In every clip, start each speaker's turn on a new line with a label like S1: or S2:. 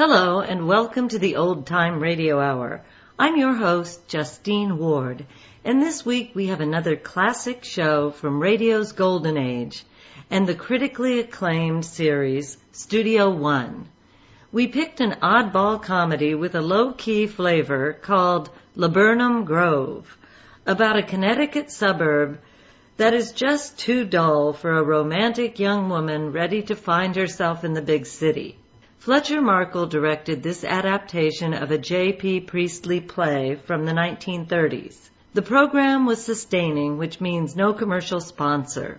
S1: and welcome to the Old Time Radio Hour. I'm your host, Justine Ward, and this week we have another classic show from radio's golden age and the critically acclaimed series, Studio One. We picked an oddball comedy with a low-key flavor called Laburnum Grove, about a Connecticut suburb that is just too dull for a romantic young woman ready to find herself in the big city. Fletcher Markle directed this adaptation of a J.P. Priestley play from the 1930s. The program was sustaining, which means no commercial sponsor.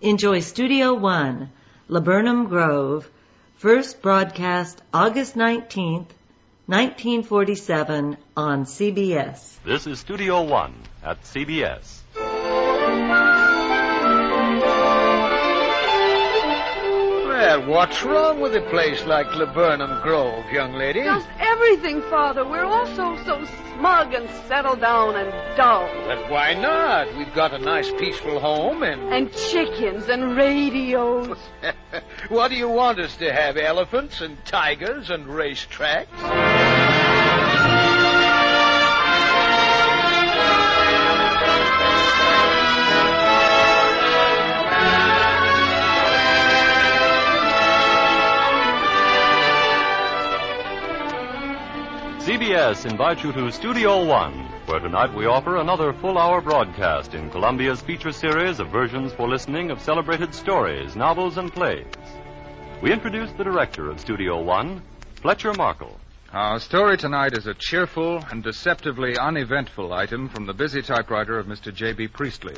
S1: Enjoy Studio One, Laburnum Grove, first broadcast August 19th, 1947 on CBS.
S2: This is Studio One at CBS.
S3: Well, what's wrong with a place like Laburnum Grove, young lady?
S4: Just everything, Father. We're all so, so smug and settled down and dull.
S3: But why not? We've got a nice, peaceful home, and
S4: And chickens and radios.
S3: what do you want us to have? Elephants and tigers and race tracks?
S2: CBS invites you to Studio One, where tonight we offer another full hour broadcast in Columbia's feature series of versions for listening of celebrated stories, novels, and plays. We introduce the director of Studio One, Fletcher Markle.
S5: Our story tonight is a cheerful and deceptively uneventful item from the busy typewriter of Mr. J.B. Priestley.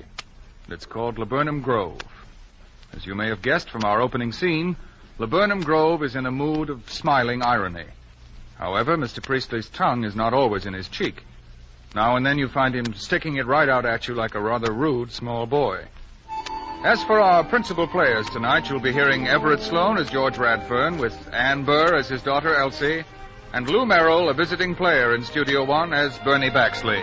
S5: It's called Laburnum Grove. As you may have guessed from our opening scene, Laburnum Grove is in a mood of smiling irony. However, Mr. Priestley's tongue is not always in his cheek. Now and then you find him sticking it right out at you like a rather rude small boy. As for our principal players tonight, you'll be hearing Everett Sloane as George Radfern, with Anne Burr as his daughter Elsie, and Lou Merrill, a visiting player in Studio One, as Bernie Baxley.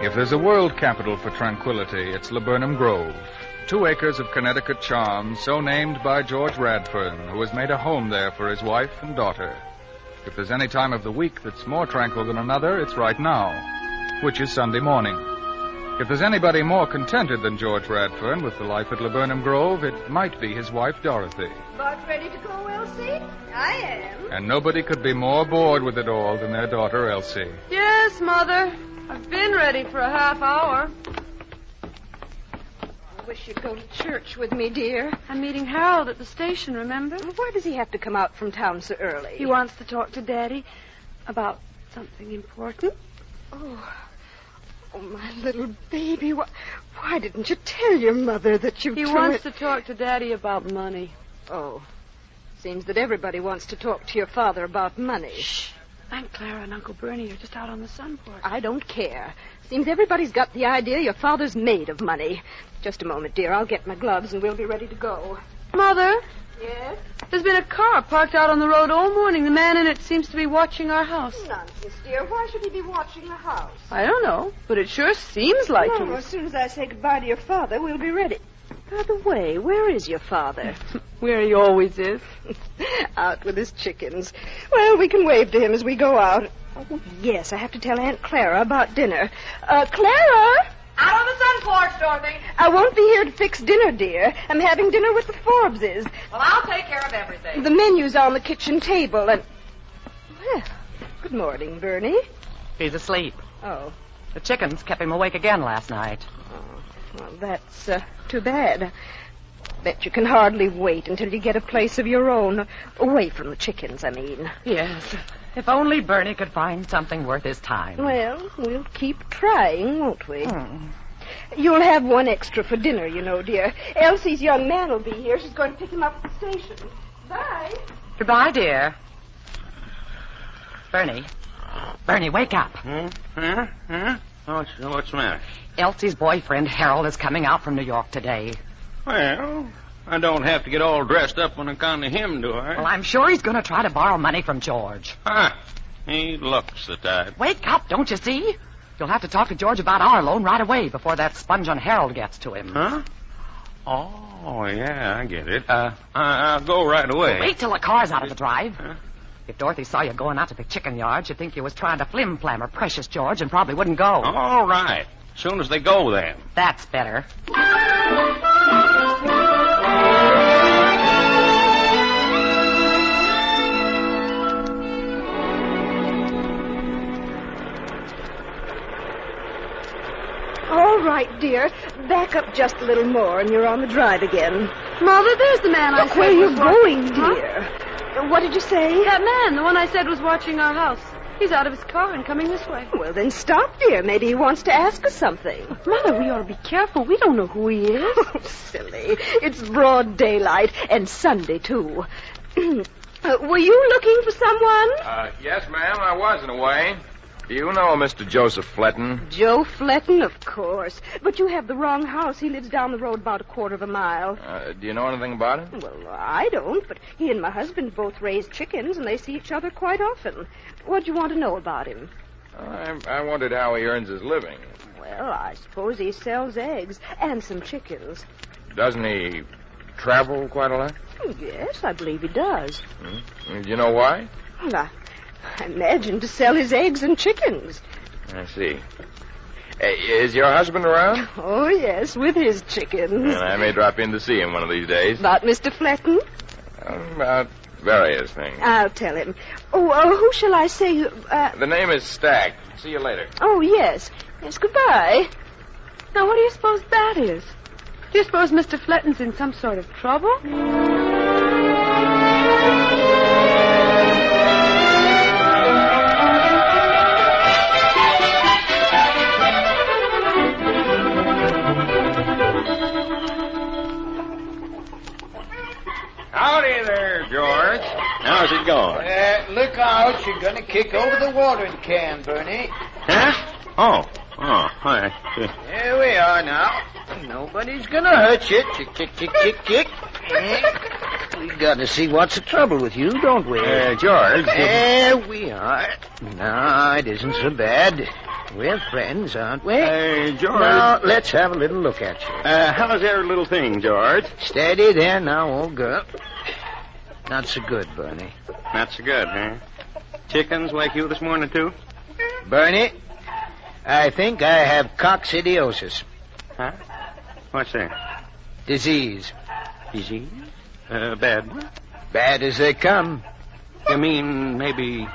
S5: If there's a world capital for tranquility, it's Laburnum Grove. Two acres of Connecticut charm, so named by George Radfern, who has made a home there for his wife and daughter. If there's any time of the week that's more tranquil than another, it's right now, which is Sunday morning. If there's anybody more contented than George Radfern with the life at Laburnum Grove, it might be his wife, Dorothy.
S6: About ready to go, Elsie? I am.
S5: And nobody could be more bored with it all than their daughter, Elsie.
S4: Yes, Mother. I've been ready for a half hour.
S6: I wish you'd go to church with me, dear.
S4: I'm meeting Harold at the station, remember?
S6: Why does he have to come out from town so early?
S4: He wants to talk to Daddy about something important.
S6: Oh. oh, my little baby. Why, why didn't you tell your mother that you
S4: He
S6: two
S4: wants to
S6: had-
S4: talk to Daddy about money.
S6: Oh. Seems that everybody wants to talk to your father about money. Shh.
S4: Aunt Clara and Uncle Bernie are just out on the sun porch.
S6: I don't care. Seems everybody's got the idea your father's made of money. Just a moment, dear. I'll get my gloves and we'll be ready to go.
S4: Mother,
S6: Yes?
S4: there's been a car parked out on the road all morning. The man in it seems to be watching our house.
S6: Nonsense, dear. Why should he be watching the house?
S4: I don't know, but it sure seems like
S6: Well, as soon as I say goodbye to your father, we'll be ready. By the way, where is your father?
S4: Where he always is.
S6: out with his chickens. Well, we can wave to him as we go out. Oh, yes, I have to tell Aunt Clara about dinner. Uh, Clara! Out on the sun porch, Dorothy. I won't be here to fix dinner, dear. I'm having dinner with the Forbeses.
S7: Well, I'll take care of everything.
S6: The menu's on the kitchen table, and. Well, good morning, Bernie.
S7: He's asleep.
S6: Oh,
S7: The chickens kept him awake again last night.
S6: Well, that's uh, too bad. Bet you can hardly wait until you get a place of your own. Away from the chickens, I mean.
S7: Yes. If only Bernie could find something worth his time.
S6: Well, we'll keep trying, won't we?
S7: Hmm.
S6: You'll have one extra for dinner, you know, dear. Elsie's young man will be here. She's going to pick him up at the station. Bye.
S7: Goodbye, dear. Bernie. Bernie, wake up. Hmm?
S8: Huh? Huh? What's, what's the matter?
S7: Elsie's boyfriend, Harold, is coming out from New York today.
S8: Well, I don't have to get all dressed up on account of him, do I?
S7: Well, I'm sure he's going to try to borrow money from George.
S8: Huh. He looks the type.
S7: Wake up, don't you see? You'll have to talk to George about our loan right away before that sponge on Harold gets to him.
S8: Huh? Oh, yeah, I get it. Uh, I, I'll go right away.
S7: Wait till the car's out of the drive. If Dorothy saw you going out to the chicken yard, she'd think you was trying to flim flam her precious George and probably wouldn't go.
S8: All right. Soon as they go, then.
S7: That's better.
S6: All right, dear. Back up just a little more, and you're on the drive again.
S4: Mother, there's the man I
S6: Look
S4: said
S6: where you're
S4: was wa-
S6: going,
S4: Huh?
S6: dear. What did you say?
S4: That man, the one I said was watching our house. He's out of his car and coming this way.
S6: Well, then stop, dear. Maybe he wants to ask us something.
S4: Mother, we ought to be careful. We don't know who he is.
S6: Oh, silly. It's broad daylight, and Sunday, too. Uh, were you looking for someone?
S5: Uh, yes, ma'am, I was in a way. Do you know Mr. Joseph Fletton?
S6: Joe Fletton, of course. But you have the wrong house. He lives down the road about a quarter of a mile.
S5: Uh, do you know anything about him?
S6: Well, I don't, but he and my husband both raise chickens, and they see each other quite often. What do you want to know about him?
S5: I, I wondered how he earns his living.
S6: Well, I suppose he sells eggs and some chickens.
S5: Doesn't he travel quite a lot?
S6: Hmm, Yes, I believe he does.
S5: Do you know why?
S6: Well, I, I imagine to sell his eggs and chickens.
S5: I see. Hey, is your husband around?
S6: Oh, yes, with his chickens.
S5: Well, I may drop in to see him one of these days.
S6: About Mr. Fletton?
S5: About various things.
S6: I'll tell him. Oh, uh, who shall I say? you- Uh,
S5: The name is Stack. See you later.
S6: oh, yes. Yes, goodbye.
S4: Now, what do you suppose that is? Do you suppose Mr. Fletton's in some sort of trouble?
S8: Howdy there, George. How's it going?
S3: Uh, look out, you're gonna kick over the watering can, Bernie.
S8: Huh? Oh. Oh, hi.
S3: Here we are now. Nobody's gonna hurt you. Kick, kick, kick, kick, kick. Eh, We gotta see what's the trouble with you, don't we?
S8: Uh, George.
S3: There we are. No, it isn't so bad. We're friends, aren't we?
S8: Hey, George.
S3: Now, let's have a little look at you.
S8: Uh, how's every little thing, George?
S3: Steady there now, old girl. Not so good, Bernie.
S8: Not so good, huh? Chickens like you this morning, too?
S3: Bernie, I think I have coccidiosis.
S8: Huh? What's that?
S3: Disease.
S8: Disease? Uh, bad one?
S3: Bad as they come.
S8: You mean maybe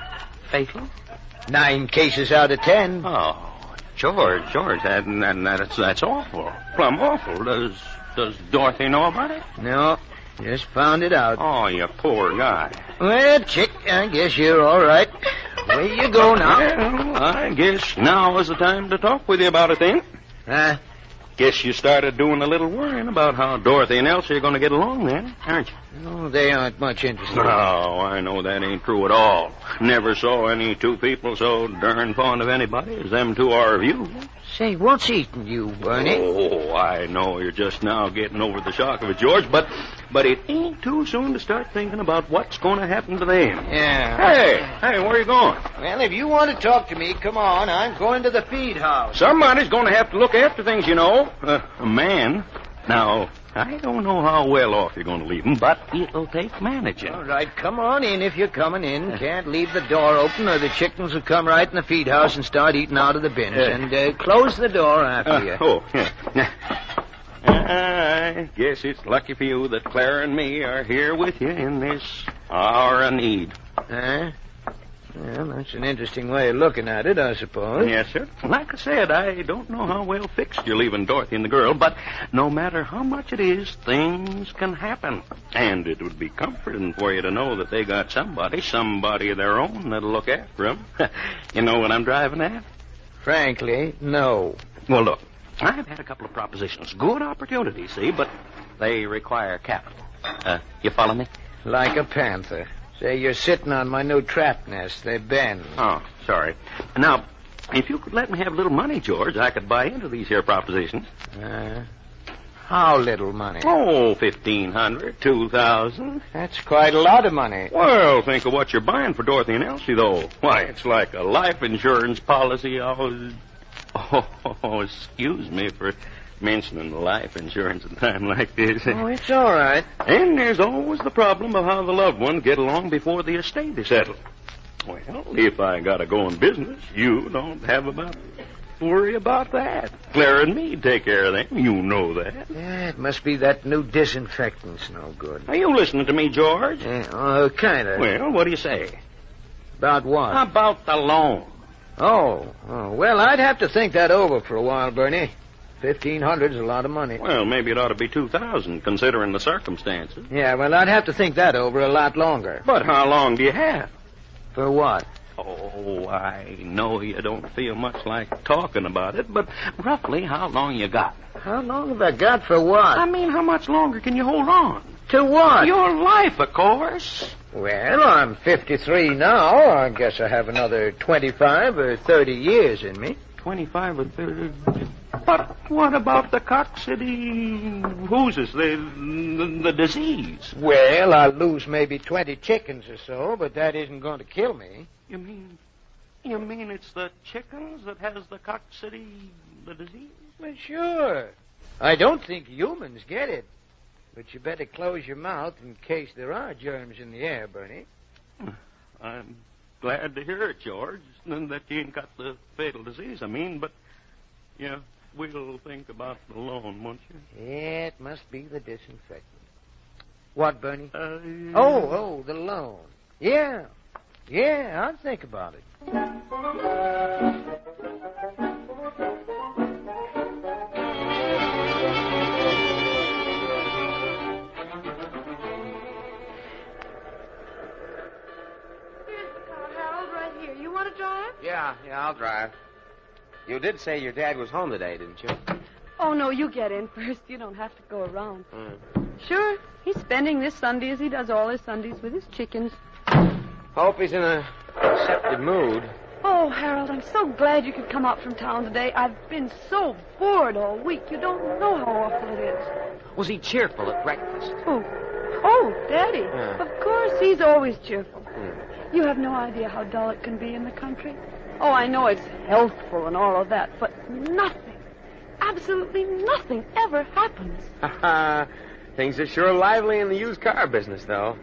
S8: fatal?
S3: Nine cases out of ten.
S8: Oh, George, George, that, that, that's, that's awful. Plum awful. Does, does Dorothy know about it?
S3: No, just found it out.
S8: Oh, you poor guy.
S3: Well, chick, I guess you're all right. Where you go now?
S8: Well, I guess now is the time to talk with you about it, then.
S3: Huh?
S8: Guess you started doing a little worrying about how Dorothy and Elsie are going to get along then, aren't you?
S3: No, they aren't much interested.
S8: No, I know that ain't true at all. Never saw any two people so darn fond of anybody as them two are of you.
S3: Say, what's eating you, Bernie?
S8: Oh, I know you're just now getting over the shock of it, George, but but it ain't too soon to start thinking about what's going to happen to them.
S3: Yeah.
S8: Hey, hey, where you going?
S3: Well, if you want to talk to me, come on. I'm going to the feed house.
S8: Somebody's going to have to look after things, you know. Uh, a man. Now, I don't know how well off you're going to leave them, but it'll take managing.
S3: All right, come on in if you're coming in. Can't leave the door open, or the chickens will come right in the feed house and start eating out of the bins.
S8: Yeah.
S3: And uh, close the door
S8: Uh,
S3: after you.
S8: oh, yeah. I guess it's lucky for you that Clara and me are here with you in this hour of need.
S3: Huh? Well, that's an interesting way of looking at it, I suppose.
S8: Yes, sir. Like I said, I don't know how well fixed you're leaving Dorothy and the girl, but no matter how much it is, things can happen. And it would be comforting for you to know that they got somebody, somebody of their own that'll look after 'em. you know what I'm driving at?
S3: Frankly, no.
S8: Well, look, I've had a couple of propositions. Good opportunities, see, but they require capital. Uh, you follow me?
S3: Like a panther. Say, you're sitting on my new trap nest. They bend.
S8: Oh, sorry. Now, if you could let me have a little money, George, I could buy into these here propositions.
S3: Uh, how little money?
S8: Oh, fifteen hundred, two thousand.
S3: That's quite a lot of money.
S8: Well, think of what you're buying for Dorothy and Elsie, though. Why, it's like a life insurance policy. I was... Oh, excuse me for mentioning life insurance at a time like this.
S3: Oh, it's all right.
S8: And there's always the problem of how the loved ones get along before the estate is settled. Well, if I gotta go in business, you don't have about worry about that. Clara and me take care of them. You know that.
S3: Yeah, it must be that new disinfectant's no good.
S8: Are you listening to me, George?
S3: Yeah, oh, kind of.
S8: Well, what do you say?
S3: About what?
S8: How about the loan?
S3: Oh, oh, well, I'd have to think that over for a while, Bernie. Fifteen hundred's a lot of money.
S8: Well, maybe it ought to be two thousand, considering the circumstances.
S3: Yeah, well, I'd have to think that over a lot longer.
S8: But how long do you have?
S3: For what?
S8: Oh, I know you don't feel much like talking about it, but roughly how long you got?
S3: How long have I got for what?
S8: I mean, how much longer can you hold on?
S3: to what?
S8: Your life, of course.
S3: Well, I'm 53 now. I guess I have another 25 or 30 years in me.
S8: Twenty-five or thirty. But what about the Cox City hooses, the, the, the disease?
S3: Well, I'll lose maybe 20 chickens or so, but that isn't going to kill me.
S8: You mean, you mean it's the chickens that has the Cox City, the disease?
S3: Well, sure. I don't think humans get it. But you better close your mouth in case there are germs in the air, Bernie.
S8: Hmm. I'm glad to hear it, George, and that you ain't got the fatal disease, I mean, but, yeah, we'll think about the loan, won't you?
S3: Yeah, it must be the disinfectant. What, Bernie?
S8: Uh,
S3: Oh, oh, the loan. Yeah. Yeah, I'll think about it.
S4: Here's the car, Harold, right here. You want to drive?
S9: Yeah, yeah, I'll drive. You did say your dad was home today, didn't you?
S4: Oh, no, you get in first. You don't have to go around.
S9: Hmm.
S4: Sure, he's spending this Sunday as he does all his Sundays with his chickens.
S9: Hope he's in a receptive mood.
S4: Oh, Harold, I'm so glad you could come out from town today. I've been so bored all week. You don't know how awful it is.
S9: Was he cheerful at breakfast?
S4: Oh, oh, Daddy.
S9: Yeah.
S4: Of course, he's always cheerful. You have no idea how dull it can be in the country. Oh, I know it's healthful and all of that, but nothing, absolutely nothing ever happens.
S9: Ha Things are sure lively in the used car business, though.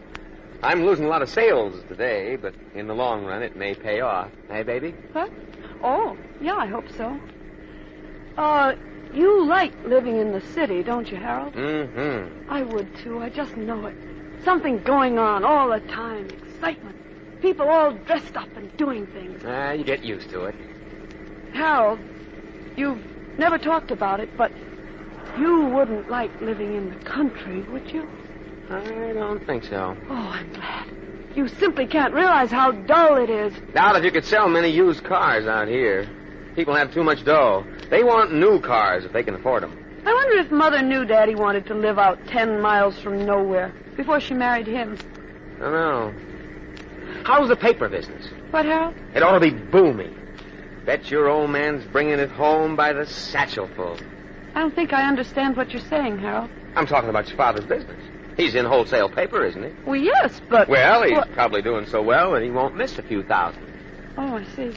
S9: I'm losing a lot of sales today, but in the long run, it may pay off. Hey, baby?
S4: What? Oh, yeah, I hope so. Uh, you like living in the city, don't you, Harold?
S9: Mm-hmm.
S4: I would too. I just know it. Something going on all the time. Excitement. People all dressed up and doing things.
S9: Ah, you get used to it.
S4: Harold, you've never talked about it, but you wouldn't like living in the country, would you?
S9: I don't think so.
S4: Oh, I'm glad. You simply can't realize how dull it is.
S9: Doubt if you could sell many used cars out here. People have too much dough. They want new cars if they can afford them.
S4: I wonder if Mother knew Daddy wanted to live out ten miles from nowhere before she married him.
S9: I don't know. How's the paper business?
S4: What, Harold?
S9: It ought to be booming. Bet your old man's bringing it home by the satchelful.
S4: I don't think I understand what you're saying, Harold.
S9: I'm talking about your father's business. He's in wholesale paper, isn't he?
S4: Well, yes, but.
S9: Well, he's
S4: What-
S9: probably doing so well that he won't miss a few thousand.
S4: Oh, I see.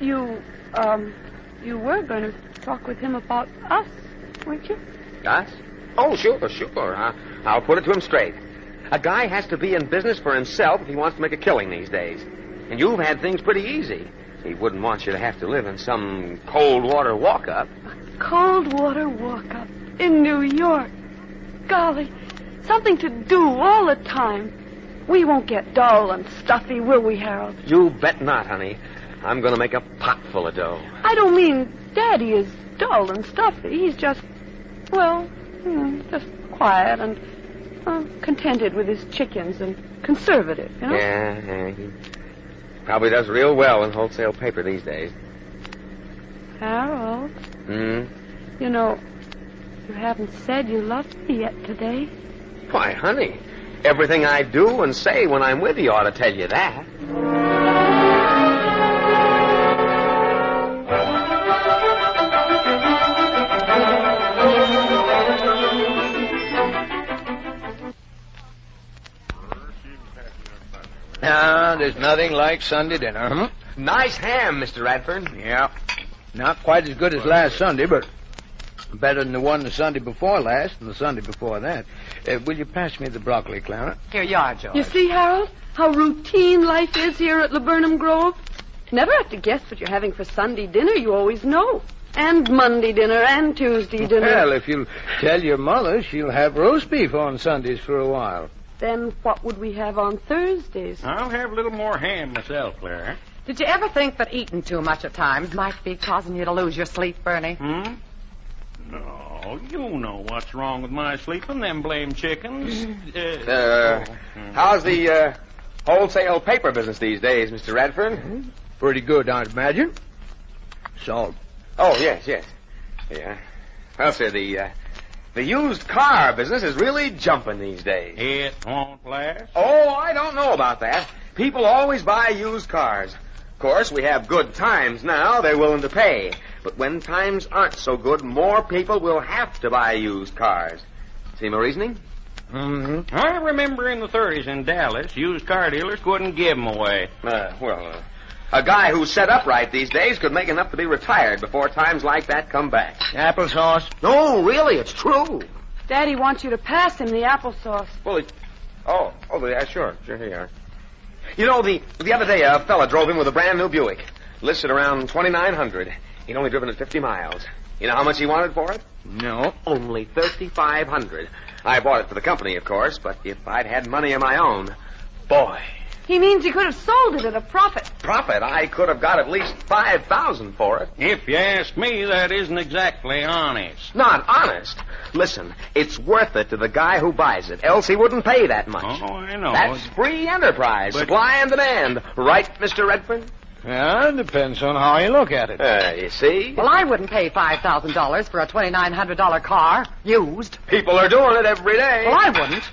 S4: You, um, you were going to talk with him about us, weren't you?
S9: Us? Oh, sure, sure. I, I'll put it to him straight. A guy has to be in business for himself if he wants to make a killing these days. And you've had things pretty easy. He wouldn't want you to have to live in some cold water walk up.
S4: Cold water walk up in New York. Golly, something to do all the time. We won't get dull and stuffy, will we, Harold?
S9: You bet not, honey. I'm going to make a pot full of dough.
S4: I don't mean Daddy is dull and stuffy. He's just, well, hmm, just quiet and uh, contented with his chickens and conservative, you know?
S9: Yeah, yeah, he probably does real well in wholesale paper these days.
S4: Harold,
S9: Hmm.
S4: you know, you haven't said you loved me yet today.
S9: Why, honey, everything I do and say when I'm with you ought to tell you that.
S3: Ah, there's nothing like Sunday dinner.
S8: Hmm?
S9: Nice ham, Mr. Radford.
S3: Yeah. Not quite as good as last Sunday, but better than the one the Sunday before last and the Sunday before that. Uh, will you pass me the broccoli, Clara?
S7: Here you are, George.
S4: You see, Harold, how routine life is here at Laburnum Grove. Never have to guess what you're having for Sunday dinner. You always know. And Monday dinner and Tuesday dinner.
S3: Well, if you'll tell your mother, she'll have roast beef on Sundays for a while.
S4: Then what would we have on Thursdays?
S8: I'll have a little more ham myself, Clara.
S7: Did you ever think that eating too much at times might be causing you to lose your sleep, Bernie?
S8: Hmm? No, Oh, you know what's wrong with my sleeping, them blame chickens.
S9: Uh, how's the uh, wholesale paper business these days, Mr. Radford?
S3: Mm-hmm. Pretty good, I imagine. Salt.
S9: Oh, yes, yes. Yeah. Well, sir, the, uh, the used car business is really jumping these days.
S8: It won't last.
S9: Oh, I don't know about that. People always buy used cars. Of course, we have good times now. They're willing to pay. But when times aren't so good, more people will have to buy used cars. See my reasoning?
S8: Mm-hmm. I remember in the 30s in Dallas, used car dealers couldn't give 'em away.
S9: Uh, well, uh, a guy who's set up right these days could make enough to be retired before times like that come back.
S3: Applesauce.
S9: No, really, it's true.
S4: Daddy wants you to pass him the applesauce.
S9: Well, it... oh, oh, yeah, sure, sure, here you are. You know, the the other day, a fella drove in with a brand new Buick, listed around twenty nine hundred. He'd only driven it fifty miles. You know how much he wanted for it?
S3: No.
S9: Only thirty five hundred. I bought it for the company, of course, but if I'd had money of my own, boy,
S4: He means he could have sold it at a profit.
S9: profit! I could have got at least five thousand for it.
S8: If you ask me, that isn't exactly honest.
S9: Not honest. Listen, it's worth it to the guy who buys it, else he wouldn't pay that much.
S8: Oh, I know.
S9: That's free enterprise,
S8: But-
S9: supply and demand, right, Mister Redford?
S3: Yeah, it depends on how you look at it.
S9: Uh, you see,
S7: Well, I wouldn't pay $5,000 for a $2,900 car, used.
S9: people are doing it every day.
S7: Well, I wouldn't.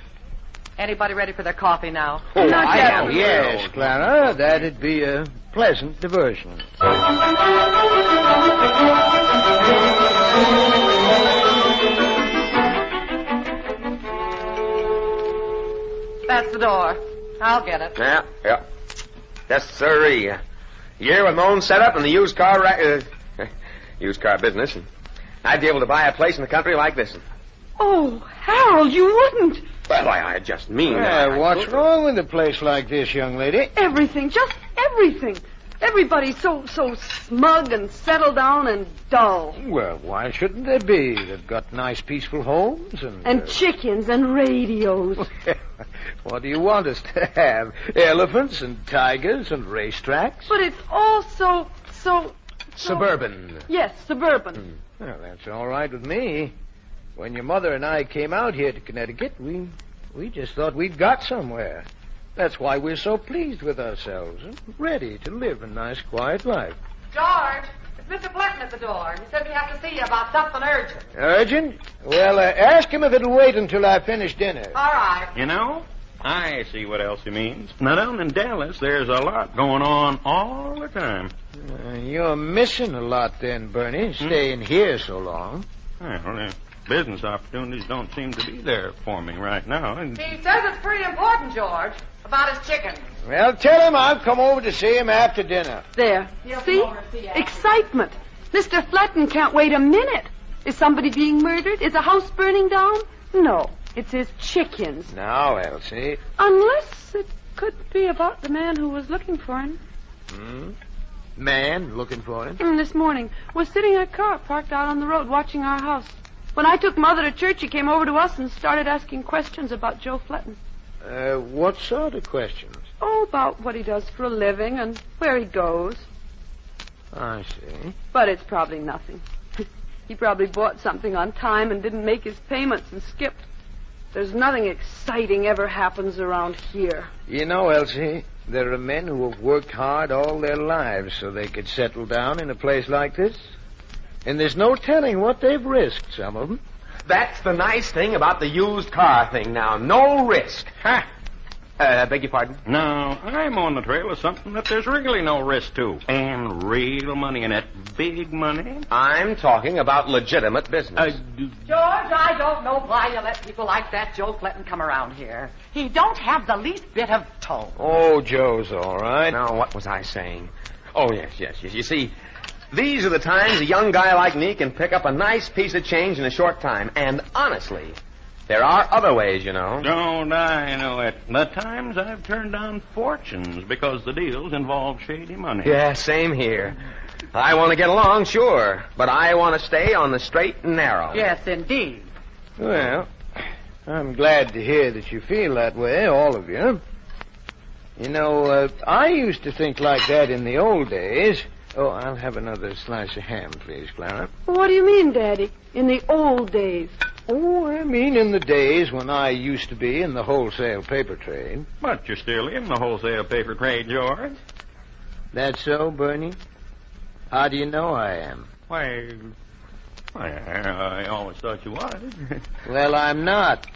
S7: Anybody ready for their coffee now?
S9: Oh,
S4: Not
S9: I
S4: yet.
S9: am.
S3: yes, Clara, that'd be a pleasant diversion.
S7: That's the door. I'll get it.
S9: Yeah, yeah. Yes, sirree. Year with my own setup and the used car ra- uh, used car business, and I'd be able to buy a place in the country like this.
S4: Oh, Harold, you wouldn't.
S9: Well, I, I just mean. that.
S3: Yeah, what's wrong with a place like this, young lady?
S4: Everything, just everything. Everybody's so so smug and settled down and dull.
S3: Well, why shouldn't they be? They've got nice, peaceful homes and.
S4: And
S3: uh,
S4: chickens and radios.
S3: what do you want us to have? Elephants and tigers and racetracks?
S4: But it's all so so
S9: Suburban.
S4: yes, suburban.
S3: Well, that's all right with me. When your mother and I came out here to Connecticut, we we just thought we'd got somewhere. That's why we're so pleased with ourselves and ready to live a nice, quiet life.
S7: George, it's Mr. Blurton at the door. He said we have to see you about something urgent.
S3: Urgent? Well, uh, ask him if it'll wait until I finish dinner.
S7: All right.
S8: You know, I see what else he means. Now, down in Dallas, there's a lot going on all the time.
S3: Uh, you're missing a lot then, Bernie, staying here so long.
S8: Well, the business opportunities don't seem to be there for me right now. And
S7: He says it's pretty important, George, about his chickens.
S3: Well, tell him I'll come over to see him after dinner.
S4: There.
S7: He'll
S4: See?
S7: come over and see you.
S4: Excitement. Mr. Fletton can't wait a minute. Is somebody being murdered? Is a house burning down? No. It's his chickens.
S3: Now, Elsie.
S4: Unless it could be about the man who was looking for him.
S3: Hmm? Man looking for him?
S4: Mm, This morning was sitting in a car parked out on the road watching our house. When I took Mother to church, he came over to us and started asking questions about Joe Fletton.
S3: Uh, what sort of questions?
S4: Oh, about what he does for a living and where he goes.
S3: I see.
S4: But it's probably nothing. he probably bought something on time and didn't make his payments and skipped. There's nothing exciting ever happens around here.
S3: You know, Elsie, there are men who have worked hard all their lives so they could settle down in a place like this. And there's no telling what they've risked, some of them.
S9: That's the nice thing about the used car thing now. No risk.
S8: ha!
S9: Uh, beg your pardon.
S8: Now I'm on the trail of something that there's really no risk to, and real money in it, big money.
S9: I'm talking about legitimate business.
S8: Uh, d-
S7: George, I don't know why you let people like that Joe Clinton come around here. He don't have the least bit of tone.
S3: Oh, Joe's all right.
S9: Now, what was I saying? Oh, yes, yes, yes. You see, These are the times a young guy like me can pick up a nice piece of change in a short time. And honestly, there are other ways, you know.
S8: Don't I know it? The times I've turned down fortunes because the deals involve shady money.
S9: Yeah, same here. I want to get along, sure, but I want to stay on the straight and narrow.
S7: Yes, indeed.
S3: Well, I'm glad to hear that you feel that way, all of you. You know, uh, I used to think like that in the old days. Oh, I'll have another slice of ham, please, Clara.
S4: What do you mean, Daddy? In the old days.
S3: Oh, I mean in the days when I used to be in the wholesale paper trade.
S8: But you're still in the wholesale paper trade, George.
S3: That so, Bernie? How do you know I am?
S8: Why, why I, I always thought you was.
S3: Well, I'm not.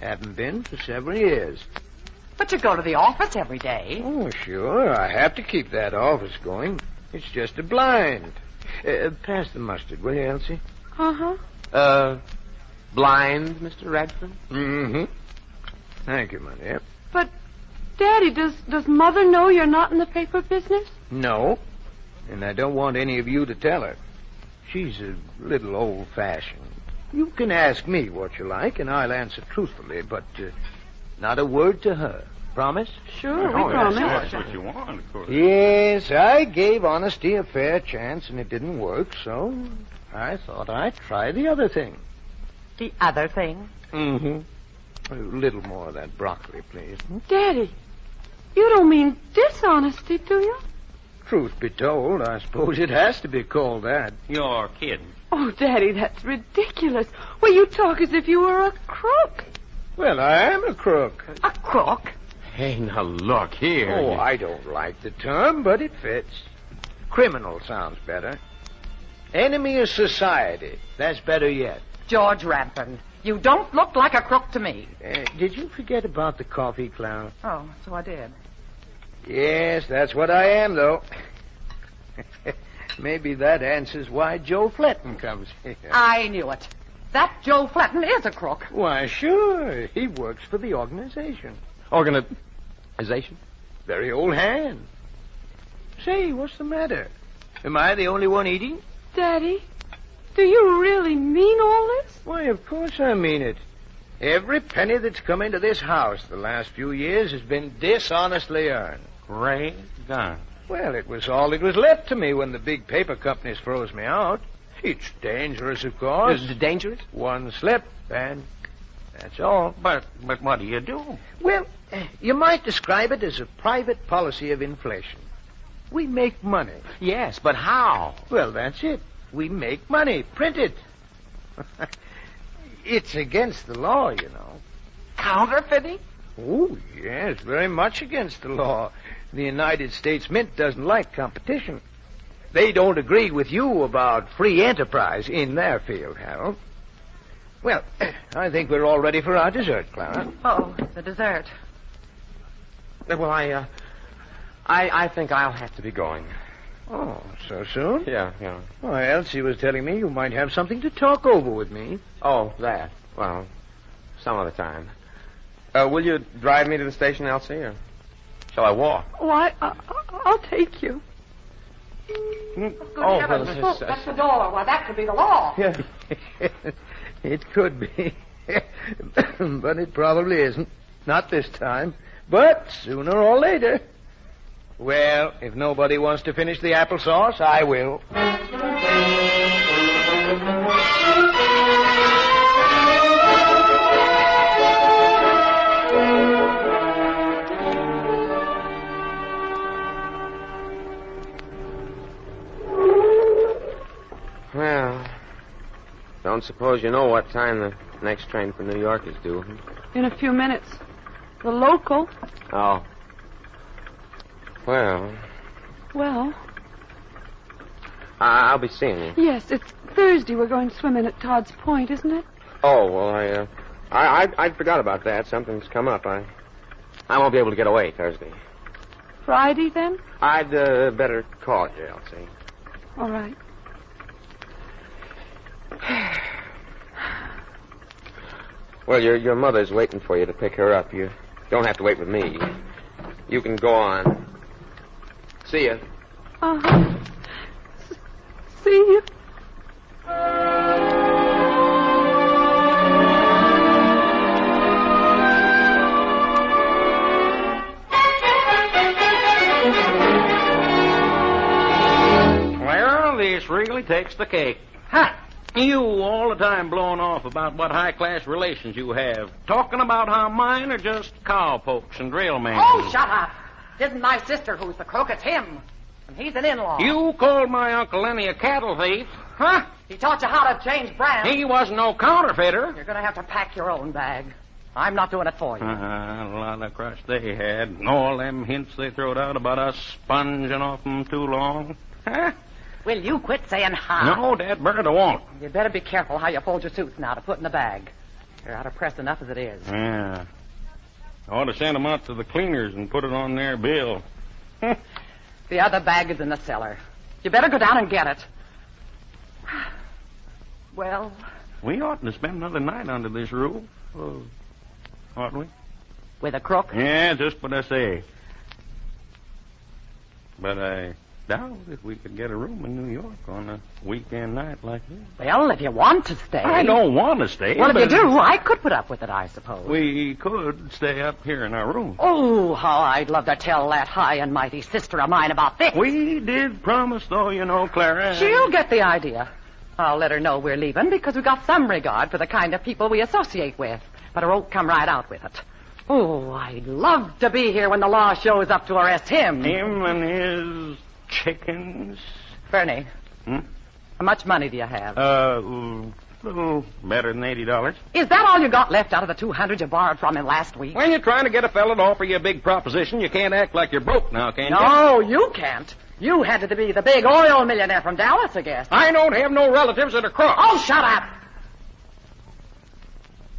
S3: Haven't been for several years.
S7: But you go to the office every day.
S3: Oh, sure. I have to keep that office going. It's just a blind. Uh, pass the mustard, will you, Elsie?
S4: Uh-huh.
S9: Uh, blind, Mr. Radford?
S3: Mm-hmm. Thank you, my dear.
S4: But, Daddy, does, does Mother know you're not in the paper business?
S3: No. And I don't want any of you to tell her. She's a little old-fashioned. You can ask me what you like, and I'll answer truthfully, but uh, not a word to her. Promise?
S4: Sure,
S8: oh,
S4: we
S8: that's,
S4: promise.
S8: that's what you want, of course.
S3: Yes, I gave honesty a fair chance, and it didn't work, so I thought I'd try the other thing.
S7: The other thing.
S3: Mm-hmm. A little more of that broccoli, please.
S4: Daddy, you don't mean dishonesty, do you?
S3: Truth be told, I suppose it has to be called that.
S8: You're kidding.
S4: Oh, Daddy, that's ridiculous. Well, you talk as if you were a crook.
S3: Well, I am a crook.
S7: A crook?
S9: Hey, now look here.
S3: Oh, I don't like the term, but it fits. Criminal sounds better. Enemy of society. That's better yet.
S7: George Rampton, you don't look like a crook to me.
S3: Uh, did you forget about the coffee, Clown?
S7: Oh, so I did.
S3: Yes, that's what I am, though. Maybe that answers why Joe Fletton comes here.
S7: I knew it. That Joe Flatton is a crook.
S3: Why, sure. He works for the organization.
S9: Organization?
S3: Very old hand. Say, what's the matter? Am I the only one eating?
S4: Daddy, do you really mean all this?
S3: Why, of course I mean it. Every penny that's come into this house the last few years has been dishonestly earned.
S8: Great gun.
S3: Well, it was all that was left to me when the big paper companies froze me out. It's dangerous, of course.
S9: Is it dangerous?
S3: One slip, and
S9: oh.
S3: that's all.
S8: But but what do you do?
S3: Well, you might describe it as a private policy of inflation. We make money.
S9: Yes, but how?
S3: Well, that's it. We make money. Print it. it's against the law, you know.
S7: Counterfeiting?
S3: Oh, yes, very much against the law. The United States Mint doesn't like competition. They don't agree with you about free enterprise in their field, Harold. Well, I think we're all ready for our dessert, Clara.
S7: Oh, the dessert.
S9: Well, I, uh, I, I think I'll have to be going.
S3: Oh, so soon?
S9: Yeah, yeah.
S3: Why, Elsie was telling me you might have something to talk over with me.
S9: Oh, that. Well, some other time. Uh, will you drive me to the station, Elsie, or shall I walk?
S4: Oh, I, I, I'll take you.
S3: Hmm.
S7: Good
S9: Oh,
S7: heavens.
S9: well, it's-
S7: that's the door. Why, that could be the law.
S3: Yeah. it could be. but it probably isn't. Not this time. But sooner or later. Well, if nobody wants to finish the applesauce, I will.
S9: Well, don't suppose you know what time the next train for New York is due. hmm?
S4: In a few minutes. The local.
S9: Oh. Well,
S4: Well,
S9: I- I'll be seeing you.
S4: yes, it's Thursday. We're going swimming at Todd's Point, isn't it?
S9: Oh well, I, uh, I, I, I forgot about that. Something's come up. I, I won't be able to get away Thursday.
S4: Friday, then?
S9: I'd uh, better call you, Elsie.
S4: All right.
S9: Well, your your mother's waiting for you to pick her up. You don't have to wait with me. You can go on. See ya.
S4: Uh-huh.
S8: takes the cake. Ha! You all the time blowing off about what high class relations you have. Talking about how mine are just cowpokes and drill men.
S7: Oh, shut up. It isn't my sister who's the crook, it's him. And he's an in-law.
S8: You called my Uncle Lenny a cattle thief. Huh?
S7: He taught you how to change brands.
S8: He wasn't no counterfeiter.
S7: You're going to have to pack your own bag. I'm not doing it for you.
S8: Uh, a lot of crush they had, and all them hints they throwed out about us sponging off 'em too long. Huh?
S7: Will you quit saying hi?
S8: No, that bird won't.
S7: You'd better be careful how you fold your suits now to put in the bag. You're out of press enough as it is.
S8: Yeah. Ought to send 'em out to the cleaners and put it on their bill.
S7: The other bag is in the cellar. You better go down and get it. Well,
S8: We oughtn't to spend another night under this roof. Oh, ought we?
S7: with a crook,
S8: Yeah, just what I say. But I doubt if we could get a room in New York on a weekend night like this.
S7: well, if you want to stay.
S8: I don't want to stay.
S7: Well, if you
S8: but
S7: do, I could put up with it, I suppose.
S8: We could stay up here in our room.
S7: Oh, how I'd love to tell that high and mighty sister of mine about this.
S8: We did promise, though, you know, Clara.
S7: She'll get the idea. I'll let her know we're leaving because we've got some regard for the kind of people we associate with, but her won't come right out with it. Oh, I'd love to be here when the law shows up to arrest him.
S8: Him and his chickens.
S7: Bernie,
S8: Hmm?
S7: how much money do you have?
S8: Uh, little better than eighty dollars.
S7: Is that all you got left out of the 200 you borrowed from him last week?
S8: When you're trying to get a fellow to offer you a big proposition, you can't act like you're broke now, can you?
S7: No, you can't. You had to be the big oil millionaire from Dallas, I guess.
S8: I don't have no relatives that are crooks.
S7: Oh, shut up.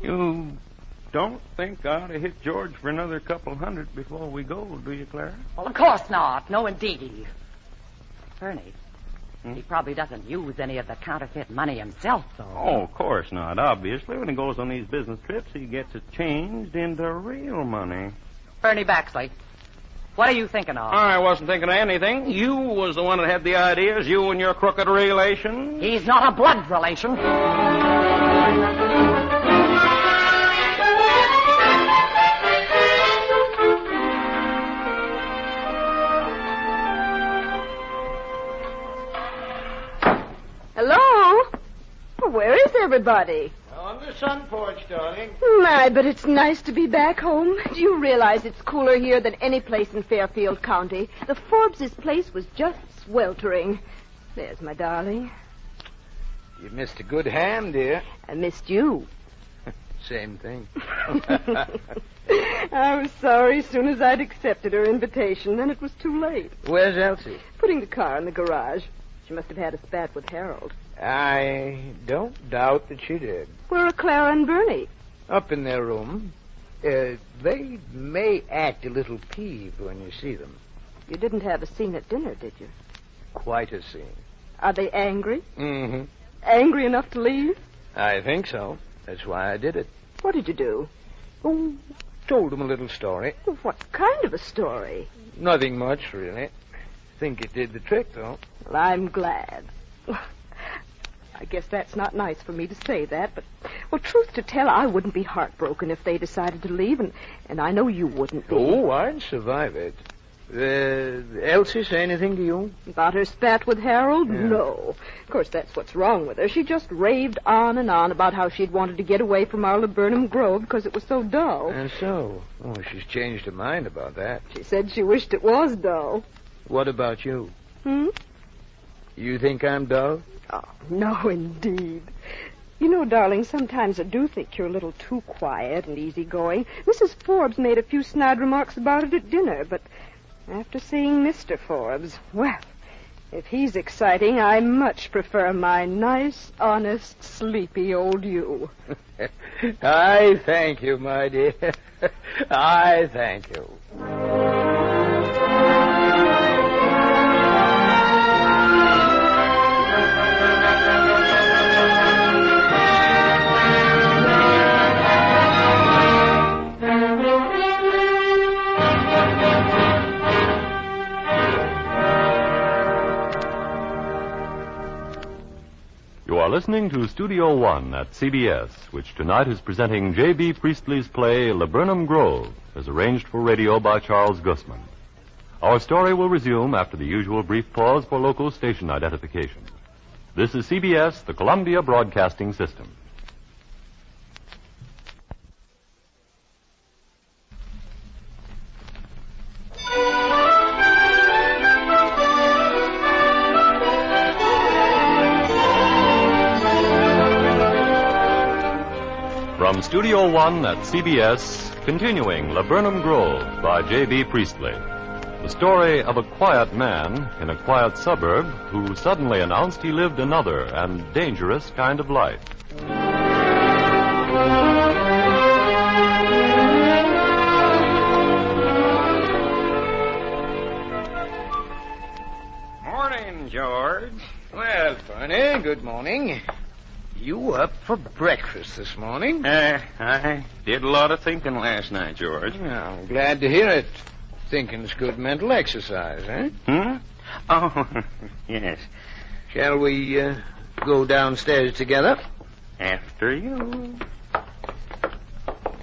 S8: You don't think I ought to hit George for another couple hundred before we go, do you, Clara?
S7: Well, of course not. No, indeed. Bernie,
S8: Hmm?
S7: he probably doesn't use any of the counterfeit money himself, though.
S8: Oh, of course not. Obviously, when he goes on these business trips, he gets it changed into real money.
S7: Bernie Baxley, what are you thinking of?
S8: I wasn't thinking of anything. You was the one that had the ideas. You and your crooked relations.
S7: He's not a blood relation.
S6: Hello? Well, where is everybody?
S3: On the sun porch, darling.
S6: My, but it's nice to be back home. Do you realize it's cooler here than any place in Fairfield County? The Forbes's place was just sweltering. There's my darling.
S3: You missed a good ham, dear.
S6: I missed you.
S3: Same thing.
S6: I was sorry as soon as I'd accepted her invitation. Then it was too late.
S3: Where's Elsie?
S6: Putting the car in the garage. She must have had a spat with Harold.
S3: I don't doubt that she did.
S6: Where are Clara and Bernie?
S3: Up in their room. Uh, they may act a little peeved when you see them.
S6: You didn't have a scene at dinner, did you?
S3: Quite a scene.
S6: Are they angry?
S3: Mm-hmm.
S6: Angry enough to leave?
S3: I think so. That's why I did it.
S6: What did you do?
S3: Oh, told them a little story.
S6: What kind of a story?
S3: Nothing much, really. Think it did the trick, though.
S6: Well, I'm glad. I guess that's not nice for me to say that, but well, truth to tell, I wouldn't be heartbroken if they decided to leave, and and I know you wouldn't be.
S3: Oh, I'd survive it. Uh, Elsie say anything to you?
S6: About her spat with Harold?
S3: Yeah.
S6: No. Of course, that's what's wrong with her. She just raved on and on about how she'd wanted to get away from our laburnum grove because it was so dull.
S3: And so? Oh, she's changed her mind about that.
S6: She said she wished it was dull.
S3: What about you?
S6: Hmm?
S3: You think I'm dull?
S6: Oh, no, indeed. You know, darling, sometimes I do think you're a little too quiet and easygoing. Mrs. Forbes made a few snide remarks about it at dinner, but after seeing Mr. Forbes, well, if he's exciting, I much prefer my nice, honest, sleepy old you.
S3: I thank you, my dear. I thank you.
S2: You are listening to Studio One at CBS, which tonight is presenting J.B. Priestley's play Laburnum Grove, as arranged for radio by Charles Guzman. Our story will resume after the usual brief pause for local station identification. This is CBS, the Columbia Broadcasting System. From Studio One at CBS, continuing Laburnum Grove by J.B. Priestley. The story of a quiet man in a quiet suburb who suddenly announced he lived another and dangerous kind of life.
S9: Morning, George.
S3: Well, Barney, good morning. You up for breakfast this morning?
S8: Uh, I did a lot of thinking last night, George.
S3: Yeah, I'm glad to hear it. Thinking's good mental exercise, eh?
S8: Hmm? Oh, yes.
S3: Shall we uh, go downstairs together?
S8: After you.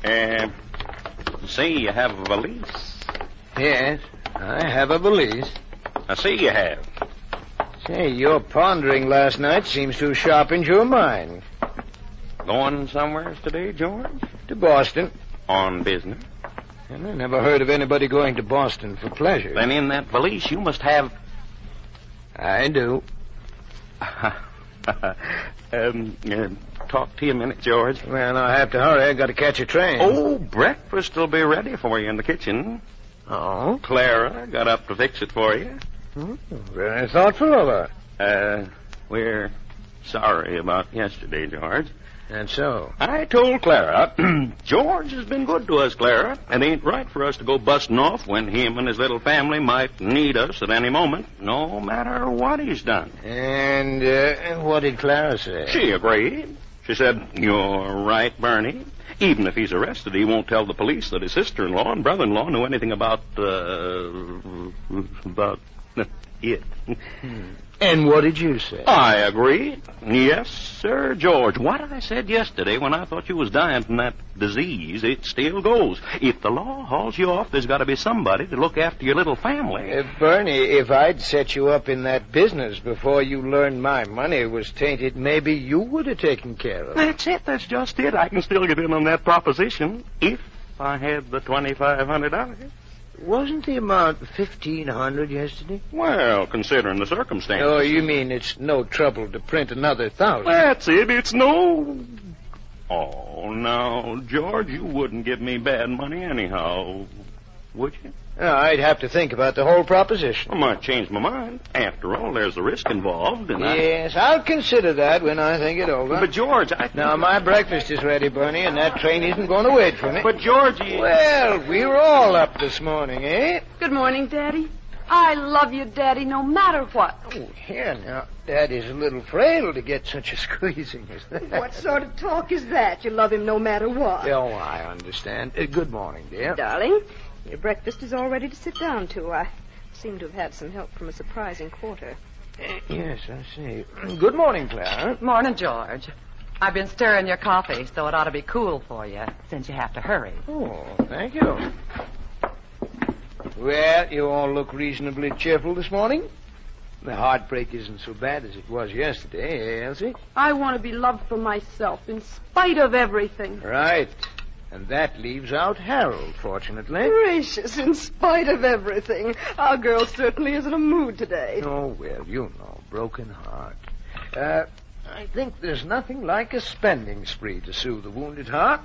S8: Uh, see, you have a valise.
S3: Yes, I have a valise.
S8: I see you have.
S3: Say, your pondering last night seems to sharpen your mind.
S8: Going somewhere today, George?
S3: To Boston.
S8: On business.
S3: And I never heard of anybody going to Boston for pleasure.
S8: Then in that valise you must have.
S3: I do.
S8: um, uh, talk to you a minute, George.
S3: Well, I have to hurry. I gotta catch a train.
S8: Oh, breakfast will be ready for you in the kitchen.
S3: Oh? Hmm,
S8: Clara got up to fix it for you.
S3: Very thoughtful of her.
S8: Uh, we're sorry about yesterday, George.
S3: And so.
S8: I told Clara, George has been good to us, Clara. It ain't right for us to go busting off when him and his little family might need us at any moment, no matter what he's done.
S3: And uh, what did Clara say?
S8: She agreed. She said, You're right, Bernie. Even if he's arrested, he won't tell the police that his sister in law and brother in law knew anything about, uh, about it.
S3: And what did you say?
S8: I agree. Yes, sir, George. What I said yesterday when I thought you was dying from that disease, it still goes. If the law hauls you off, there's got to be somebody to look after your little family.
S3: Uh, Bernie, if I'd set you up in that business before you learned my money was tainted, maybe you would have taken care of it.
S8: That's it. That's just it. I can still get in on that proposition if I had the twenty-five hundred dollars.
S3: Wasn't the amount fifteen hundred yesterday?
S8: Well, considering the circumstances.
S3: Oh, you mean it's no trouble to print another thousand?
S8: That's it. It's no. Oh, now, George, you wouldn't give me bad money anyhow, would you?
S3: Uh, I'd have to think about the whole proposition.
S8: I might change my mind. After all, there's the risk involved, and I.
S3: Yes, I'll consider that when I think it over.
S8: But George, I.
S3: now my breakfast is ready, Bernie, and that train isn't going to wait for me.
S8: But George, you...
S3: well, we were all up this morning, eh?
S4: Good morning, Daddy. I love you, Daddy, no matter what.
S3: Oh, here now, that is a little frail to get such a squeezing as that.
S6: What sort of talk is that? You love him no matter what.
S3: Oh, I understand. Uh, good morning, dear.
S6: Darling, your breakfast is all ready to sit down to. I seem to have had some help from a surprising quarter.
S3: Yes, I see. Good morning, Clara.
S7: Morning, George. I've been stirring your coffee, so it ought to be cool for you, since you have to hurry.
S3: Oh, thank you. Well, you all look reasonably cheerful this morning. The heartbreak isn't so bad as it was yesterday, eh, Elsie?
S4: I want to be loved for myself in spite of everything.
S3: Right. And that leaves out Harold, fortunately.
S6: Gracious, in spite of everything, our girl certainly is in a mood today.
S3: Oh, well, you know, broken heart. Uh, I think there's nothing like a spending spree to soothe a wounded heart.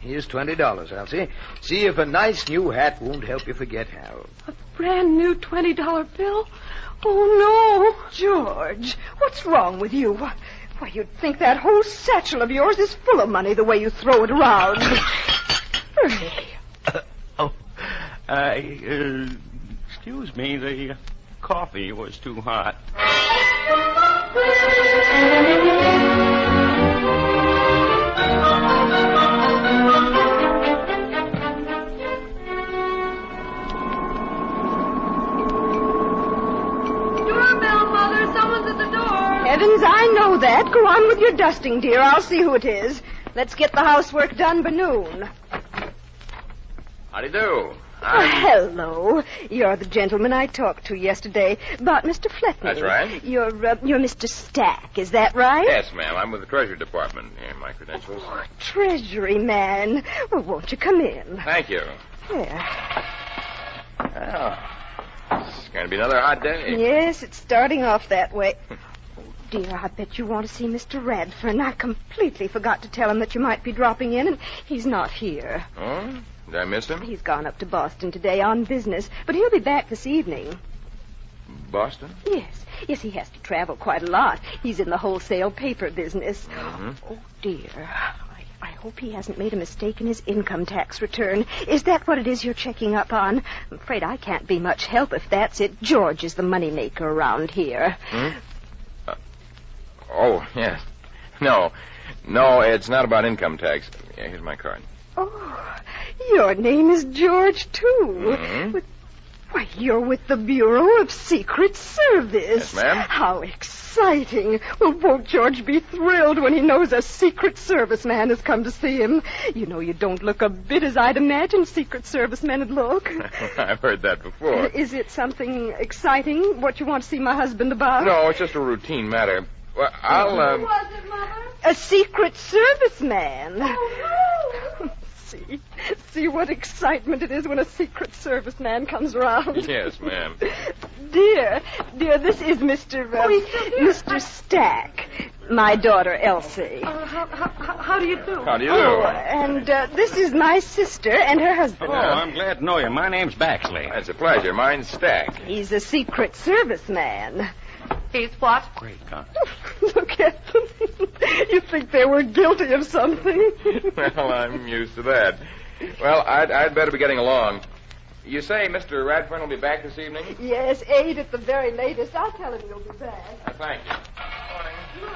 S3: Here's twenty dollars, Elsie. See if a nice new hat won't help you forget Harold.
S4: Brand new $20 bill? Oh, no.
S6: George, what's wrong with you? Why, why, you'd think that whole satchel of yours is full of money the way you throw it around. Bernie,
S8: Oh, I, uh, excuse me, the coffee was too hot.
S4: Doorbell, Mother. Someone's at the door.
S6: heavens, I know that. Go on with your dusting, dear. I'll see who it is. Let's get the housework done by noon.
S9: Howdy do.
S6: Oh, hello. You're the gentleman I talked to yesterday about Mr. Fletcher.
S10: That's right.
S6: You're, uh, you're Mr. Stack, is that right? Oh,
S10: Yes, ma'am. I'm with the Treasury Department. Here, my credentials.
S6: Treasury man. Well, won't you come in?
S10: Thank you.
S6: There.
S10: Well, it's going to be another hot day.
S6: Yes, it's starting off that way. Oh, dear, I bet you want to see Mr. Radford. I completely forgot to tell him that you might be dropping in, and he's not here.
S10: Oh? Did I miss him?
S6: He's gone up to Boston today on business, but he'll be back this evening.
S10: Boston?
S6: Yes, yes, he has to travel quite a lot. He's in the wholesale paper business.
S10: Mm-hmm.
S6: Oh, dear. I, I hope he hasn't made a mistake in his income tax return. Is that what it is you're checking up on? I'm afraid I can't be much help if that's it. George is the moneymaker around here.
S10: Hmm? Uh, oh, yes. No. No, it's not about income tax. Yeah, here's my card.
S6: Oh, your name is George, too.
S10: Mhm.
S6: But- Why, you're with the Bureau of Secret
S10: Yes,
S6: Service.
S10: ma'am.
S6: How exciting. Well, won't George be thrilled when he knows a Secret Service man has come to see him? You know, you don't look a bit as I'd imagine Secret Service men would look.
S10: I've heard that before.
S6: Is it something exciting, what you want to see my husband about?
S10: No, it's just a routine matter. Well, I'll, uh...
S6: was it, Mother? A Secret Service man. see, see what excitement it is when a Secret Service man comes around.
S10: Yes, ma'am.
S6: Dear, dear, this is Mr. uh, Mr. Stack, my daughter Elsie.
S4: Uh, how, how, how how do you do?
S10: How do you do?
S6: Oh, and uh, this is my sister and her husband.
S8: Oh, I'm glad to know you. My name's Baxley.
S10: It's a pleasure. Mine's Stack.
S6: He's a Secret Service man.
S7: He's what?
S8: Great God.
S6: Look at them. you think they were guilty of something?
S10: Well, I'm used to that. Well, I'd, I'd better be getting along. You say Mr. Radfern will be back this evening?
S6: yes, eight at the very latest. I'll tell him you'll be back.
S10: Uh, thank you.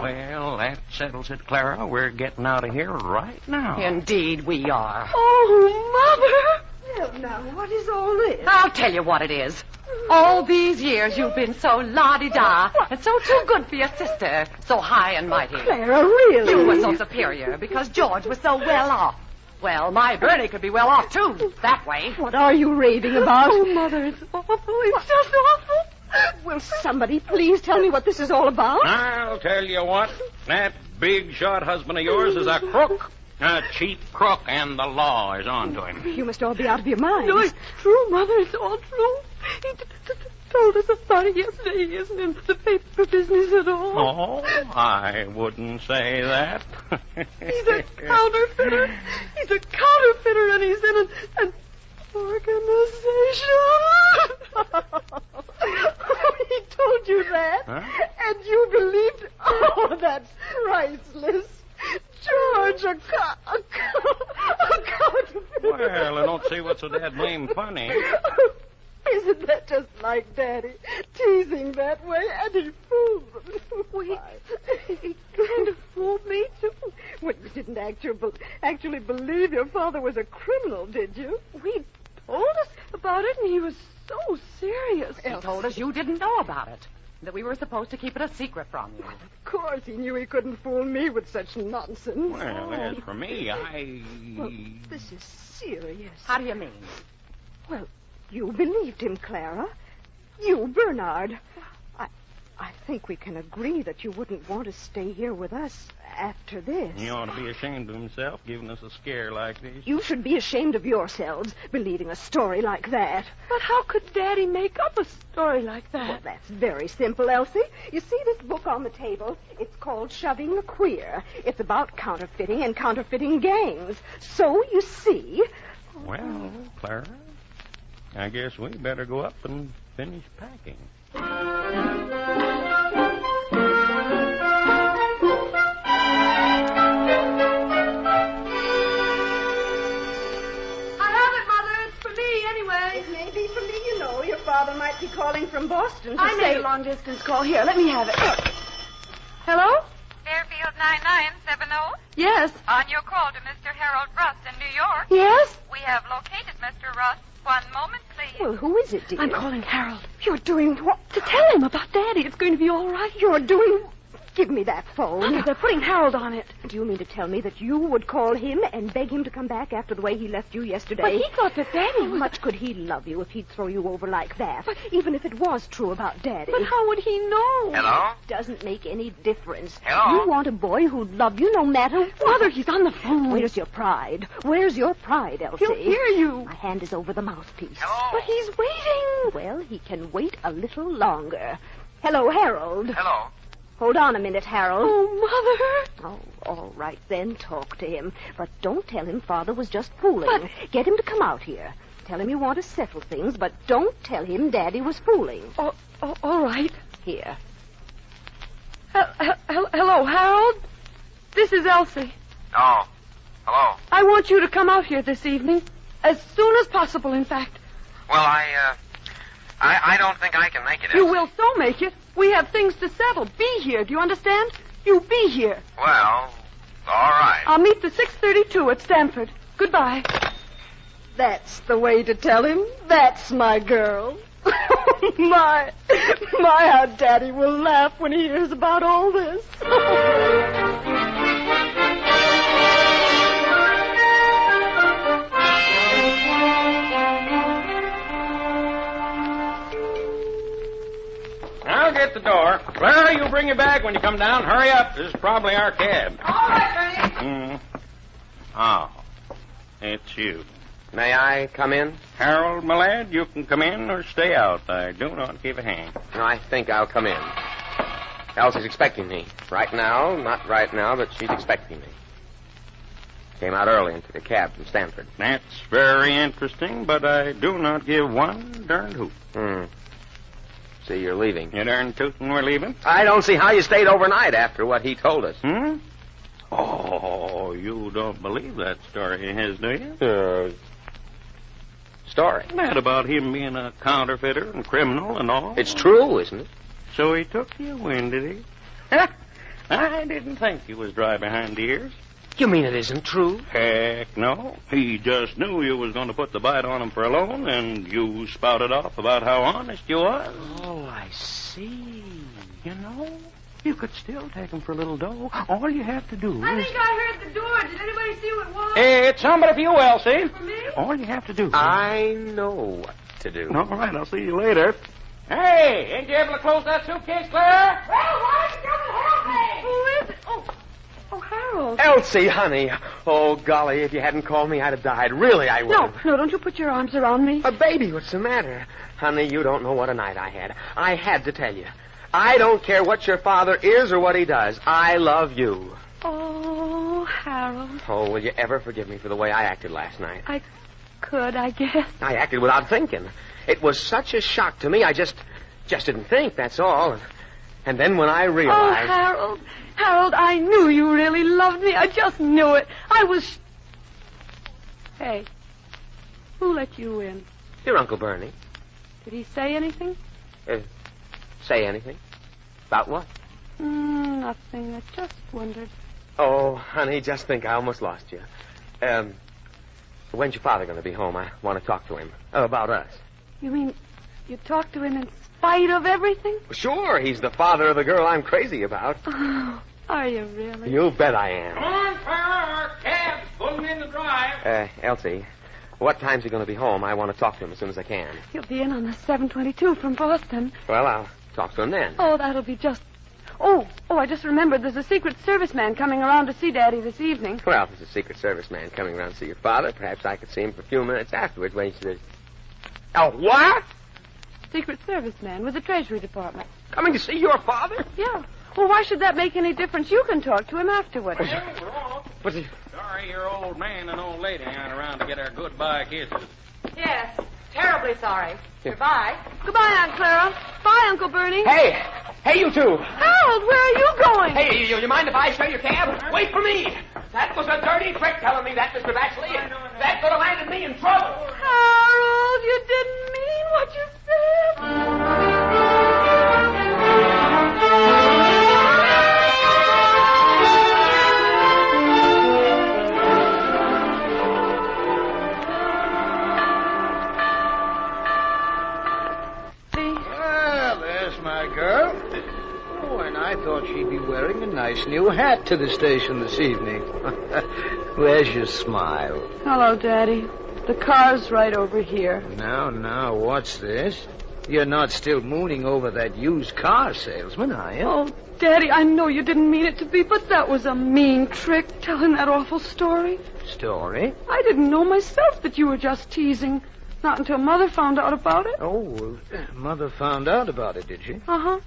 S8: Well, that settles it, Clara. We're getting out of here right now.
S7: Indeed, we are.
S6: Oh, Mother! Well, now, what is all this?
S7: I'll tell you what it is. All these years you've been so la-di-da and so too good for your sister, so high and mighty.
S6: Clara, really?
S7: You were so superior because George was so well off. Well, my Bernie could be well off too, that way.
S6: What are you raving about? Oh, Mother, it's awful. It's just awful. Will somebody please tell me what this is all about?
S8: I'll tell you what. That big shot husband of yours is a crook. A cheap crook, and the law is on to him.
S6: You must all be out of your minds.
S4: No, it's true, Mother. It's all true. He t- t- t- told us about it yesterday. He isn't in the paper business at all.
S8: Oh, I wouldn't say that.
S4: He's a counterfeiter. He's a counterfeiter, and he's in an, an organization.
S6: he told you that?
S8: Huh?
S6: And you believed? Oh, that's priceless. George, a, co- a, co- a counterfeiter.
S8: Well, I don't see what's so dad blame funny.
S6: Isn't that just like Daddy? Teasing that way, and he fooled them. Why? He kind of fooled me, too. Well, you didn't actually, actually believe your father was a criminal, did you? We
S4: told us about it, and he was so serious.
S7: He told us you didn't know about it, that we were supposed to keep it a secret from you.
S6: Of course, he knew he couldn't fool me with such nonsense.
S8: Well, as for me, I.
S6: Well, this is serious.
S7: How do you mean?
S6: Well, you believed him, Clara. You, Bernard. I, I think we can agree that you wouldn't want to stay here with us after this.
S8: He ought to be ashamed of himself giving us a scare like this.
S6: You should be ashamed of yourselves believing a story like that.
S4: But how could Daddy make up a story like
S6: Well,
S4: that?
S6: that's very simple, Elsie. You see this book on the table? It's called Shoving the Queer. It's about counterfeiting and counterfeiting gangs. So, you see,
S8: Well, Clara, I guess we better go up and finish packing.
S4: I have it, Mother. It's for me, anyway.
S6: It may be for me, you know. Your father might be calling from Boston to
S4: I made
S6: say...
S4: a long distance call. Here, let me have it. Hello?
S11: Fairfield 9970.
S4: Yes.
S11: oh. On your call to Mr. Harold Russ in New York.
S4: Yes?
S11: We have located Mr. Russ. One moment, please.
S6: Well, who is it, dear?
S4: I'm calling Harold
S6: You're doing what?
S4: to tell him about Daddy. It's going to be all right.
S6: You're doing... Give me that phone.
S4: They're putting Harold on it.
S6: Do you mean to tell me that you would call him and beg him to come back after the way he left you yesterday?
S4: But he thought that Daddy
S6: How
S4: was-
S6: much could he love you if he'd throw you over like that? even if it was true about Daddy.
S4: But how would he know?
S6: Hello? Oh, Doesn't make any difference.
S4: Hello?
S6: You want a boy who'd love you no matter what. Mother, he's on the phone. Where's your pride? Where's your pride, Elsie?
S4: He'll hear you.
S6: My hand is over the mouthpiece. Hello? But he's waiting. Well, he can wait a little longer. Hello, Harold. Hello. Hold on a minute, Harold. Oh, Mother. Oh, all right, then talk to him. But don't tell him Father was just fooling. Get him to come out here. Tell him you want to settle things, but don't tell him Daddy was fooling. Oh, oh all right. Here.
S4: Uh, Hello, Harold. This is Elsie.
S12: Oh. Hello.
S4: I want you to come out here this evening. As soon as possible, in fact.
S12: Well, I, uh, I, I don't think I can make it.
S4: You
S12: Elsie.
S4: will so make it. We have things to settle. Be here. Do you understand? You be here.
S12: Well, all right.
S4: I'll meet the 632 at Stanford. Goodbye.
S6: That's the way to tell him. That's my girl. my, my, how Daddy will laugh when he hears about all this.
S13: I'll get the door. Clara, you bring your bag when you come down. Hurry up. This is probably our cab.
S11: All right, Ernie.
S13: Mm.
S8: Mm-hmm.
S13: Oh,
S8: Ah,
S13: it's you.
S8: May I come in? Harold, my lad, you can come in or stay out. I do not give a hang.
S9: No, I think I'll come in. Elsie's expecting me. Right now, not right now, but she's expecting me. Came out early and took a cab from Stanford.
S8: That's very interesting, but I do not give one darned hoot.
S9: Hmm. See, you're leaving.
S8: You darned tootin' we're leaving?
S9: I don't see how you stayed overnight after what he told us.
S8: Hmm? Oh, you don't believe that story of his, do you?
S9: story.
S8: Mad about him being a counterfeiter and criminal and all.
S9: It's true, isn't it?
S8: So he took you in, did he? I didn't think he was dry behind the ears.
S9: You mean it isn't true?
S8: Heck no. He just knew you was going to put the bite on him for a loan, and you spouted off about how honest you was.
S13: Oh, I see.
S8: You know, you could still take him for a little dough. All you have to do
S11: I
S8: is...
S11: think I heard the door. Did anybody see what was?
S13: Hey, it's somebody for you, Elsie.
S8: All you have to do.
S9: I know what to do.
S8: All right, I'll see you later.
S13: Hey, ain't you able to close that suitcase, Clara?
S11: Well, why don't you help me?
S4: Who is it? Oh, oh, Harold.
S9: Elsie, honey. Oh, golly, if you hadn't called me, I'd have died. Really, I would.
S4: No, no, don't you put your arms around me.
S9: A baby, what's the matter? Honey, you don't know what a night I had. I had to tell you. I don't care what your father is or what he does. I love you.
S4: Oh, Harold.
S9: Oh, will you ever forgive me for the way I acted last night?
S4: I could, I guess.
S9: I acted without thinking. It was such a shock to me. I just, just didn't think. That's all. And then when I
S4: Oh,
S9: realized,
S4: Harold. Harold, I knew you really loved me. I just knew it. I was. sh- Hey, who let you in?
S9: your Uncle Bernie,
S4: Did he say anything?
S9: uh, say anything about what?
S4: Mm, nothing. I just wondered.
S9: Oh, honey, just think, I almost lost you. Um, when's your father going to be home? I want to talk to him Oh, about us.
S4: You mean you talked to him in spite of everything?
S9: Sure, he's the father of the girl I'm crazy about.
S4: Oh, are you really?
S9: You bet I am.
S13: on, Clara. Our cab's pulling in the drive.
S9: Uh, Elsie, what time's he going to be home? I want to talk to him as soon as I can.
S4: He'll be in on the 722 from Boston.
S9: Well, I'll talk to him then.
S4: Oh, that'll be just. Oh, oh, I just remembered there's a Secret Service man coming around to see Daddy this evening.
S9: Well, if there's a Secret Service man coming around to see your father, perhaps I could see him for a few minutes afterwards when he says, Oh, what?
S4: Secret Service man with the Treasury Department.
S9: Coming to see your father?
S4: Yeah. Well, why should that make any difference? You can talk to him afterward.
S9: What's he...
S13: Sorry, your old man and old lady aren't around to get our goodbye kisses.
S7: Yes, terribly sorry. Goodbye.
S4: Goodbye, Aunt Clara. Bye, Uncle Bernie.
S7: Hey,
S9: hey, you two.
S4: Harold, where are you going?
S12: Hey, you, you mind if I show your cab? Wait for me. That was a dirty trick telling me that, Mr. Batchley. That could have landed me in trouble.
S4: Harold, you didn't mean what you said.
S3: Ah, Well, there's my girl. Oh, and I thought she'd be wary nice new hat to the station this evening. Where's your smile?
S4: Hello, Daddy. The car's right over here.
S3: Now, now, what's this? You're not still mooning over that used car salesman, are you?
S4: Oh, Daddy, I know you didn't mean it to be, but that was a mean trick, telling that awful story.
S3: Story?
S4: I didn't know myself that you were just teasing. Not until Mother found out about it.
S3: Oh, well, Mother found out about it, did she?
S4: Uh huh.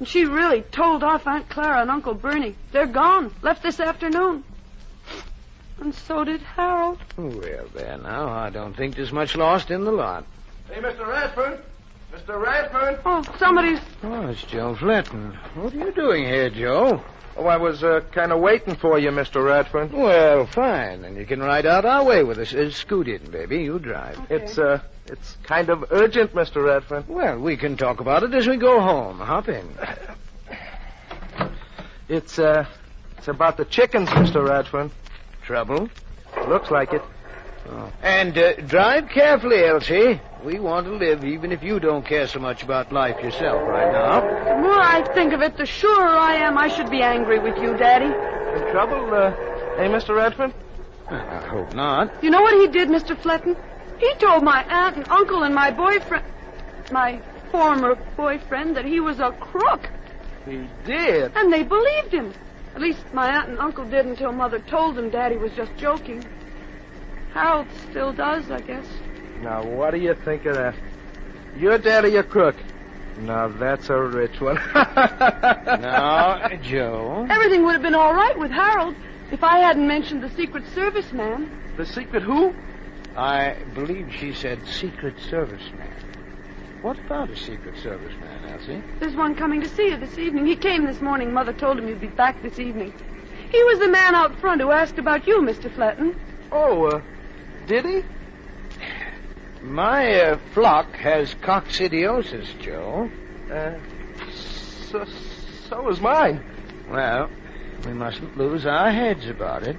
S4: And she really told off Aunt Clara and Uncle Bernie. They're gone. Left this afternoon. And so did Harold.
S3: Well, there now, I don't think there's much lost in the lot.
S12: Hey, Mr. Radford. Mr. Radford.
S4: Oh, somebody's.
S3: Oh, it's Joe Fletton. What are you doing here, Joe?
S14: Oh, I was uh, kind of waiting for you, Mr. Radford.
S3: Well, fine. Then you can ride out our way with us. Uh, scoot in, baby. You drive.
S14: It's uh, it's kind of urgent, Mr. Radford.
S3: Well, we can talk about it as we go home. Hop in.
S14: It's uh, it's about the chickens, Mr. Radford.
S3: Trouble?
S14: Looks like it.
S3: And uh, drive carefully, Elsie. We want to live, even if you don't care so much about life yourself right now.
S4: The more I think of it, the surer I am I should be angry with you, Daddy.
S14: In trouble? Uh, hey, Mr. Radford.
S3: I hope not.
S4: You know what he did, Mr. Fletton? He told my aunt and uncle and my boyfriend, my former boyfriend, that he was a crook.
S14: He did.
S4: And they believed him. At least my aunt and uncle did until Mother told them Daddy was just joking. Harold still does, I guess.
S14: Now, what do you think of that? Your daddy a crook. Now that's a rich one.
S3: now, Joe.
S4: Everything would have been all right with Harold if I hadn't mentioned the Secret Service man.
S14: The secret who?
S3: I believe she said Secret Service man. What about a Secret Service man, Elsie?
S4: There's one coming to see you this evening. He came this morning. Mother told him he'd be back this evening. He was the man out front who asked about you, Mr. Fletton.
S14: Oh, uh, did he?
S3: My uh, flock has coccidiosis, Joe.
S14: Uh, so, so is mine.
S3: Well, we mustn't lose our heads about it.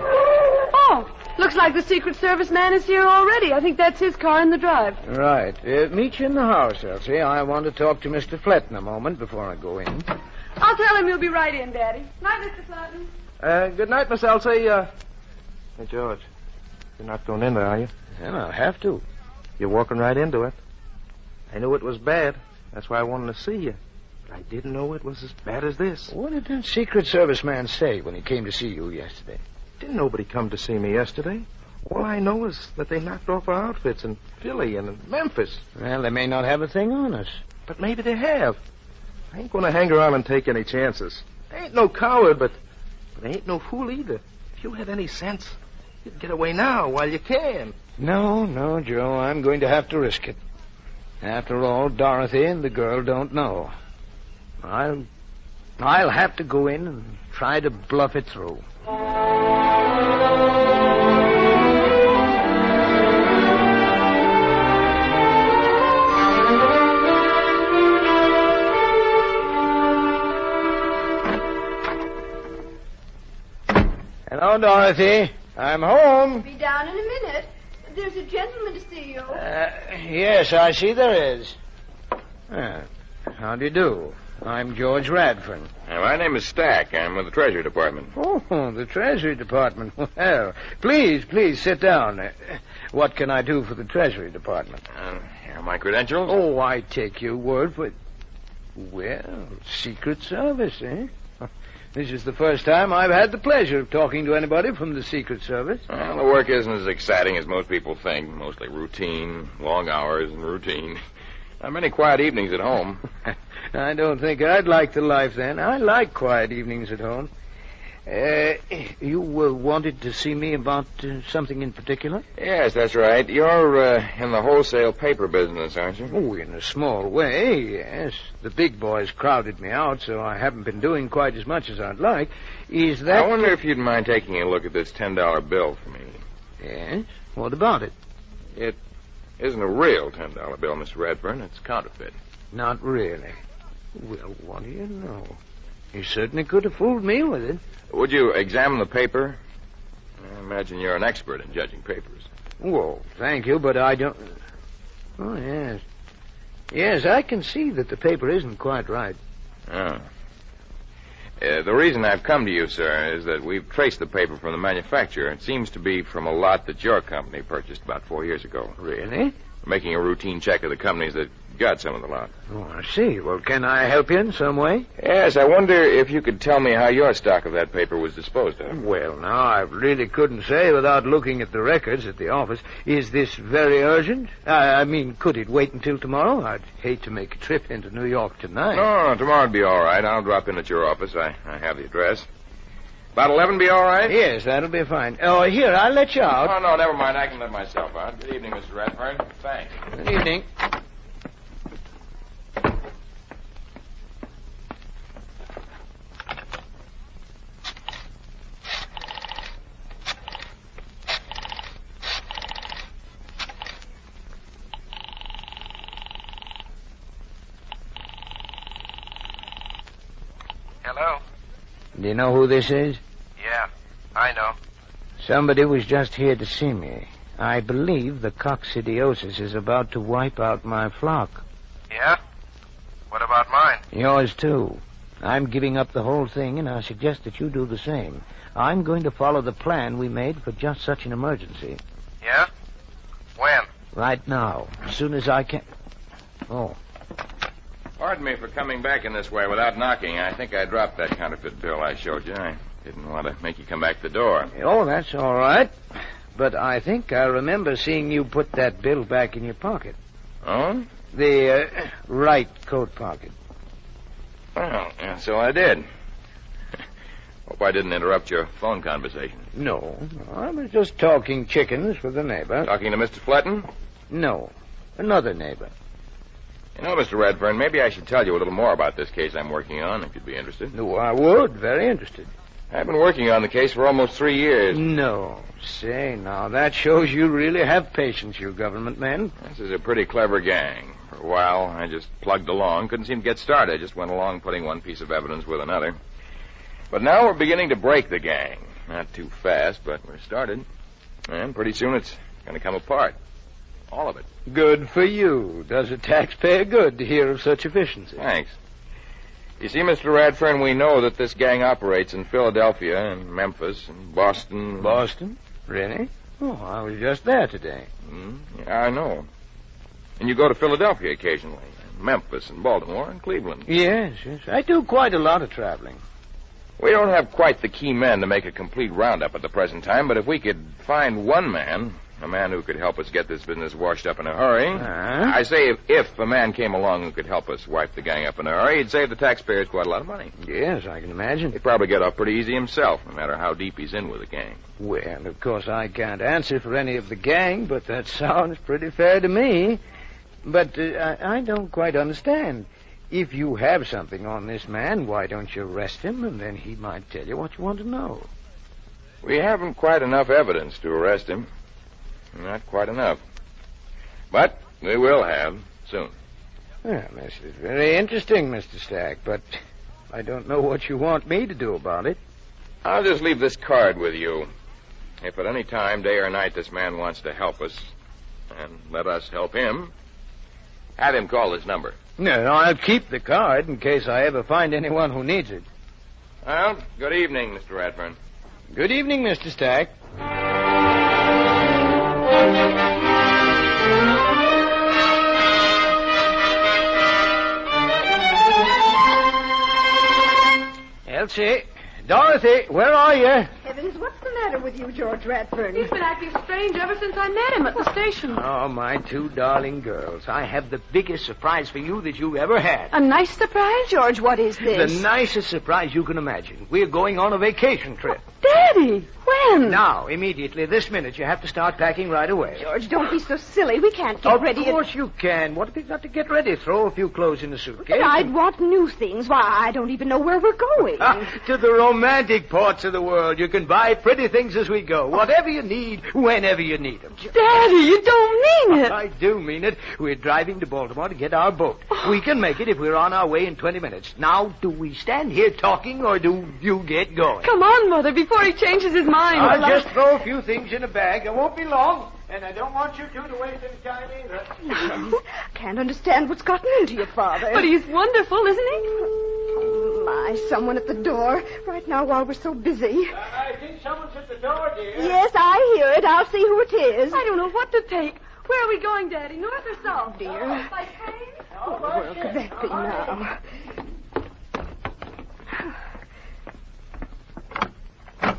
S4: Oh, looks like the Secret Service man is here already. I think that's his car in the drive.
S3: Right. Uh, meet you in the house, Elsie. I want to talk to Mr. Fletton a moment before I go in.
S4: I'll tell him you'll be right in, Daddy. Night, Mr. Fletton.
S14: Uh, good night, Miss Elsie. Uh, hey, George. You're not going in there, are you?
S3: Well, I'll have to.
S14: You're walking right into it. I knew it was bad. That's why I wanted to see you. But I didn't know it was as bad as this.
S3: What did that Secret Service man say when he came to see you yesterday?
S14: Didn't nobody come to see me yesterday. All I know is that they knocked off our outfits in Philly and in Memphis.
S3: Well, they may not have a thing on us.
S14: But maybe they have. I ain't going to hang around and take any chances. I ain't no coward, but, but I ain't no fool either. If you had any sense, you'd get away now while you can.
S3: No, no, Joe. I'm going to have to risk it. After all, Dorothy and the girl don't know. I'll, I'll have to go in and try to bluff it through. Hello, Dorothy. I'm home.
S11: Be down in a minute. There's a gentleman to see you.
S3: Uh, yes, I see there is. Ah, how do you do? I'm George Radford.
S10: Uh, my name is Stack. I'm with the Treasury Department.
S3: Oh, the Treasury Department. Well, please, please sit down. Uh, What can I do for the Treasury Department?
S10: Uh, here are my credentials.
S3: Oh, I take your word for it. Well, Secret Service, eh? This is the first time I've had the pleasure of talking to anybody from the Secret Service.
S10: Well, the work isn't as exciting as most people think. Mostly routine, long hours, and routine. Not many quiet evenings at home.
S3: I don't think I'd like the life then. I like quiet evenings at home. Uh, you uh, wanted to see me about uh, something in particular?
S10: Yes, that's right. You're uh, in the wholesale paper business, aren't you?
S3: Oh, in a small way, yes. The big boys crowded me out, so I haven't been doing quite as much as I'd like. Is that.
S10: I wonder if you'd mind taking a look at this ten dollar bill for me.
S3: Yes? What about it?
S10: It isn't a real ten dollar bill, Mr. Redburn. It's counterfeit.
S3: Not really. Well, what do you know? You certainly could have fooled me with it.
S10: Would you examine the paper? I imagine you're an expert in judging papers.
S3: Well, thank you, but I don't. Oh, yes. Yes, I can see that the paper isn't quite right.
S10: Oh. Uh, the reason I've come to you, sir, is that we've traced the paper from the manufacturer. It seems to be from a lot that your company purchased about four years ago.
S3: Really?
S10: Making a routine check of the companies that got some of the lot.
S3: Oh, I see. Well, can I help you in some way?
S10: Yes, I wonder if you could tell me how your stock of that paper was disposed of.
S3: Well, now, I really couldn't say without looking at the records at the office. Is this very urgent? I, I mean, could it wait until tomorrow? I'd hate to make a trip into New York tonight.
S10: No, no, tomorrow'd be all right. I'll drop in at your office. I, I have the address. About 11 be all right?
S3: Yes, that'll be fine. Oh, here, I'll let you out.
S10: Oh, no, never mind. I can let myself out. Good evening, Mr. Redfern. Thanks.
S3: Good evening.
S15: Hello?
S3: Do you know who this is?
S15: Yeah, I know.
S3: Somebody was just here to see me. I believe the coccidiosis is about to wipe out my flock.
S15: Yeah? What about mine?
S3: Yours, too. I'm giving up the whole thing, and I suggest that you do the same. I'm going to follow the plan we made for just such an emergency.
S15: Yeah? When?
S3: Right now, as soon as I can. Oh,
S10: Pardon me for coming back in this way without knocking. I think I dropped that counterfeit bill I showed you. I didn't want to make you come back to the door.
S3: oh, that's all right. But I think I remember seeing you put that bill back in your pocket.
S10: Oh?
S3: The uh, right coat pocket.
S10: Well, yeah, so I did. Hope I didn't interrupt your phone conversation.
S3: No, I was just talking chickens with a neighbor.
S10: Talking to Mr. Fletton?
S3: No, another neighbor.
S10: You know, Mr. Redfern, maybe I should tell you a little more about this case I'm working on, if you'd be interested.
S3: No, I would. Very interested.
S10: I've been working on the case for almost three years.
S3: No. Say, now, that shows you really have patience, you government man.
S10: This is a pretty clever gang. For a while, I just plugged along. Couldn't seem to get started. I just went along putting one piece of evidence with another. But now we're beginning to break the gang. Not too fast, but we're started. And pretty soon it's going to come apart. All of it.
S3: Good for you. Does a taxpayer good to hear of such efficiency?
S10: Thanks. You see, Mr. Radfern, we know that this gang operates in Philadelphia and Memphis and Boston.
S3: Boston? Really? Oh, I was just there today.
S10: Mm, yeah, I know. And you go to Philadelphia occasionally, and Memphis and Baltimore and Cleveland.
S3: Yes, yes. I do quite a lot of traveling.
S10: We don't have quite the key men to make a complete roundup at the present time, but if we could find one man, a man who could help us get this business washed up in a hurry.
S3: Huh?
S10: I say if, if a man came along who could help us wipe the gang up in a hurry, he'd save the taxpayers quite a lot of money.
S3: Yes, I can imagine.
S10: He'd probably get off pretty easy himself, no matter how deep he's in with the gang.
S3: Well, of course, I can't answer for any of the gang, but that sounds pretty fair to me. But uh, I, I don't quite understand. If you have something on this man, why don't you arrest him, and then he might tell you what you want to know?
S10: We haven't quite enough evidence to arrest him. Not quite enough. But we will have soon.
S3: Well, this is very interesting, Mr. Stack, but I don't know what you want me to do about it.
S10: I'll just leave this card with you. If at any time, day or night, this man wants to help us, and let us help him, have him call this number.
S3: No, no, I'll keep the card in case I ever find anyone who needs it.
S10: Well, good evening, Mr. Radfern.
S3: Good evening, Mr. Stack. Elsie, Dorothy, where are you?
S11: Heavens, what's the matter with you, George Radfern?
S4: He's been acting strange ever since I met him at the station.
S3: Oh, my two darling girls, I have the biggest surprise for you that you ever had.
S4: A nice surprise?
S6: George, what is this?
S3: The nicest surprise you can imagine. We're going on a vacation trip.
S4: Daddy, when?
S3: Now, immediately, this minute, you have to start packing right away.
S6: George, don't be so silly. We can't get
S3: of
S6: ready. and-
S3: course you can. What have you got to get ready? Throw a few clothes in a suitcase.
S6: But I'd want new things. Why, I don't even know where we're going.
S3: Ah, to the romantic parts of the world. You can buy pretty things as we go. Whatever you need, whenever you need them.
S4: Daddy, you don't mean it.
S3: I do mean it. We're driving to Baltimore to get our boat. We can make it if we're on our way in 20 minutes. Now, do we stand here talking or do you get going?
S4: Come on, Mother, before he changes his mind.
S3: I'll just throw a few things in a bag. It won't be long. And I don't want you two to waste any time either.
S6: Ah. Can't understand what's gotten into your father.
S11: But he's wonderful, isn't he?
S6: Oh, my, someone at the door right now while we're so busy.
S3: I think someone's at the door, dear.
S6: Yes, I hear it. I'll see who it is.
S11: I don't know what to take. Where are we going, Daddy? North or south?
S6: Oh, dear. Oh,
S11: By train?
S3: Oh,
S6: What the world could that be now? Why-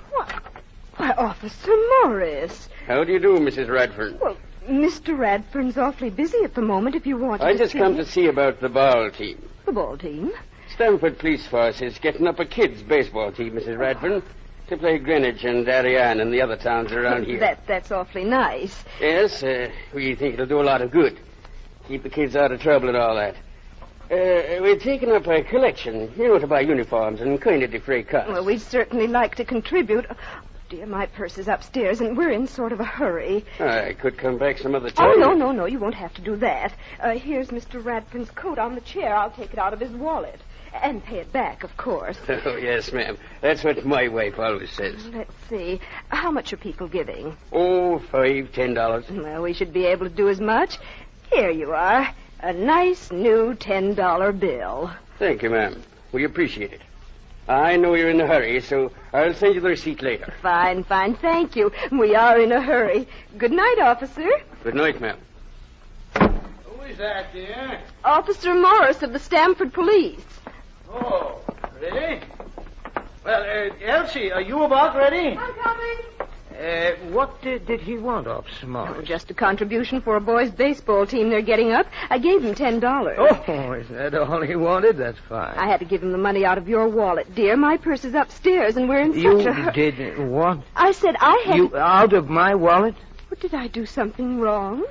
S6: Why, Officer Morris.
S16: How do you do, Mrs. Radford?
S6: Well, Mr. Radfern's awfully busy at the moment if you want
S16: I
S6: to
S16: just
S6: see
S16: come to see about the ball team.
S6: the ball team.
S16: Stamford Police Force is getting up a kids' baseball team, Mrs. Radford, to play Greenwich and Darien and the other towns around here.
S6: That, that's awfully nice.
S16: Yes, uh, we think it'll do a lot of good. Keep the kids out of trouble and all that. Uh, we're taking up a collection, you know, to buy uniforms and kind of defray costs.
S6: Well, we'd certainly like to contribute. Oh, dear, my purse is upstairs, and we're in sort of a hurry.
S16: I could come back some other time.
S6: Oh, no, no, no, you won't have to do that. Uh, here's Mr. Radfern's coat on the chair. I'll take it out of his wallet. And pay it back, of course.
S16: Oh, yes, ma'am. That's what my wife always says.
S6: Let's see. How much are people giving?
S16: Oh, five, ten dollars.
S6: Well, we should be able to do as much. Here you are. A nice new $10 bill.
S16: Thank you, ma'am. We appreciate it. I know you're in a hurry, so I'll send you the receipt later.
S6: Fine, fine. Thank you. We are in a hurry. Good night, officer.
S16: Good night, ma'am.
S3: Who is that, dear?
S6: Officer Morris of the Stamford Police.
S3: Oh, really? Well, uh, Elsie, are you about ready?
S11: I'm coming.
S3: Uh, what did, did he want, Officer Morris?
S6: Oh, Just a contribution for a boys' baseball team they're getting up. I gave him ten dollars.
S3: Oh, is that all he wanted? That's fine.
S6: I had to give him the money out of your wallet, dear. My purse is upstairs, and we're in such
S3: you
S6: a hurry.
S3: did what?
S6: I said I had.
S3: You
S6: to-
S3: out of my wallet?
S6: What, did I do something wrong?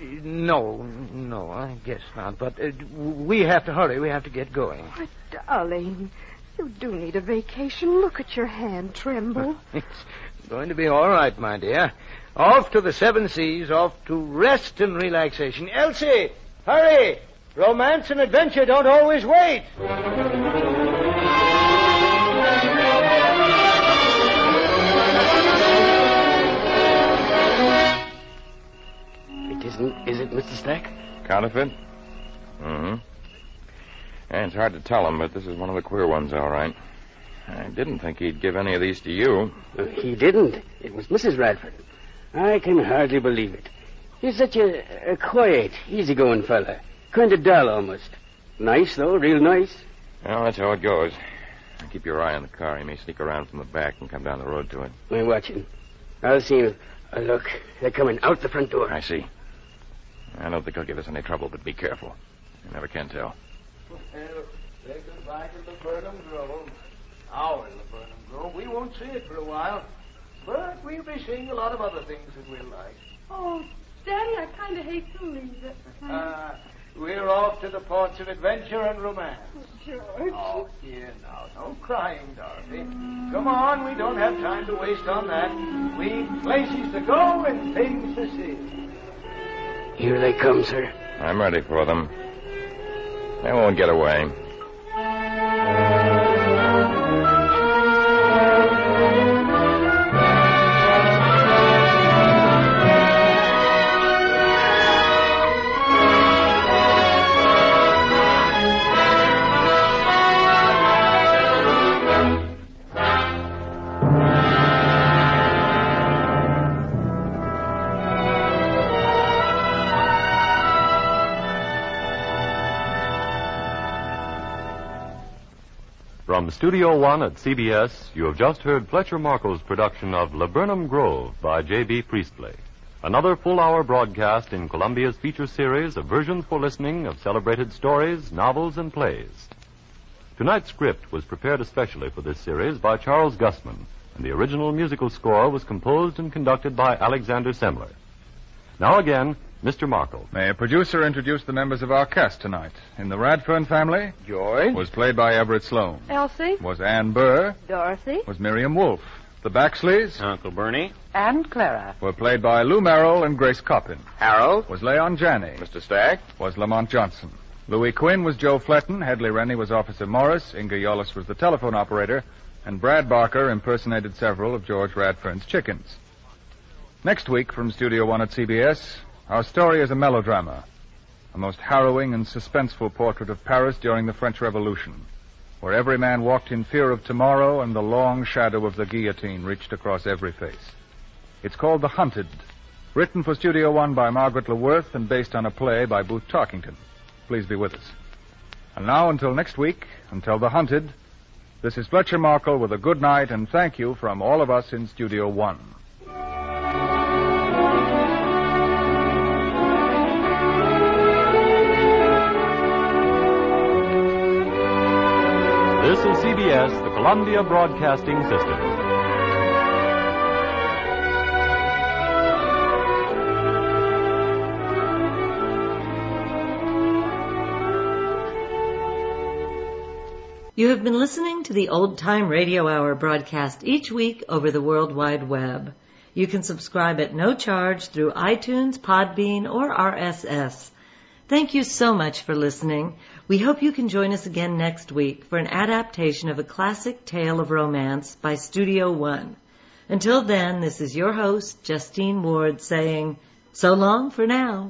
S3: No, no, I guess not. But uh, we have to hurry. We have to get going.
S6: Why, darling, you do need a vacation. Look at your hand tremble.
S3: It's going to be all right, my dear. Off to the seven seas, off to rest and relaxation. Elsie, hurry! Romance and adventure don't always wait.
S16: It isn't, is it, Mr. Stack?
S10: Counterfeit? Mm-hmm. Yeah, it's hard to tell him, but this is one of the queer ones, all right. I didn't think he'd give any of these to you.
S3: Uh,
S16: He didn't. It was Mrs. Radford. I can hardly believe it. He's such a, a quiet, easygoing fella. Kind of dull, almost. Nice, though, real nice.
S10: Well, that's how it goes. Keep your eye on the car. He may sneak around from the back and come down the road to it.
S16: We're watching. I'll see him. Uh, look, they're coming out the front door.
S10: I see. I don't think he'll give us any trouble, but be careful. You never can tell.
S3: Say goodbye to Laburnum Grove. Our Laburnum Grove. We won't see it for a while. But we'll be seeing a lot of other things that we'll like.
S11: Oh, Daddy, I kind of hate to leave it.
S3: Uh, we're off to the ports of adventure and romance.
S11: George.
S3: Oh, dear, now, no crying, Dorothy. Come on, we don't have time to waste on that. We've places to go and things to see.
S16: Here they come, sir.
S10: I'm ready for them. They won't get away.
S2: From Studio One at CBS, you have just heard Fletcher Marco's production of Laburnum Grove by J.B. Priestley. Another full hour broadcast in Columbia's feature series of versions for listening of celebrated stories, novels, and plays. Tonight's script was prepared especially for this series by Charles Gusman, and the original musical score was composed and conducted by Alexander Semler. Now again, Mr. Marco.
S5: May a producer introduce the members of our cast tonight. In the Radfern family,
S17: George
S5: was played by Everett Sloan.
S7: Elsie?
S5: Was Ann Burr?
S6: Dorothy?
S5: Was Miriam Wolfe? The Baxleys?
S18: Uncle Bernie?
S7: And Clara.
S5: Were played by Lou Merrill and Grace Coppin.
S17: Harold?
S5: Was Leon Janney.
S10: Mr. Stack?
S5: Was Lamont Johnson. Louis Quinn was Joe Fletton. Hedley Rennie was Officer Morris. Inga Yolis was the telephone operator. And Brad Barker impersonated several of George Radfern's chickens. Next week from Studio One at CBS, our story is a melodrama, a most harrowing and suspenseful portrait of Paris during the French Revolution, where every man walked in fear of tomorrow and the long shadow of the guillotine reached across every face. It's called The Hunted, written for Studio One by Margaret Leworth and based on a play by Booth Tarkington. Please be with us. And now, until next week, until The Hunted, this is Fletcher Markle with a good night and thank you from all of us in Studio One.
S2: This is CBS, the Columbia Broadcasting System.
S1: You have been listening to the Old Time Radio Hour broadcast each week over the World Wide Web. You can subscribe at no charge through iTunes, Podbean, or RSS. Thank you so much for listening. We hope you can join us again next week for an adaptation of a classic tale of romance by Studio One. Until then, this is your host, Justine Ward, saying, so long for now.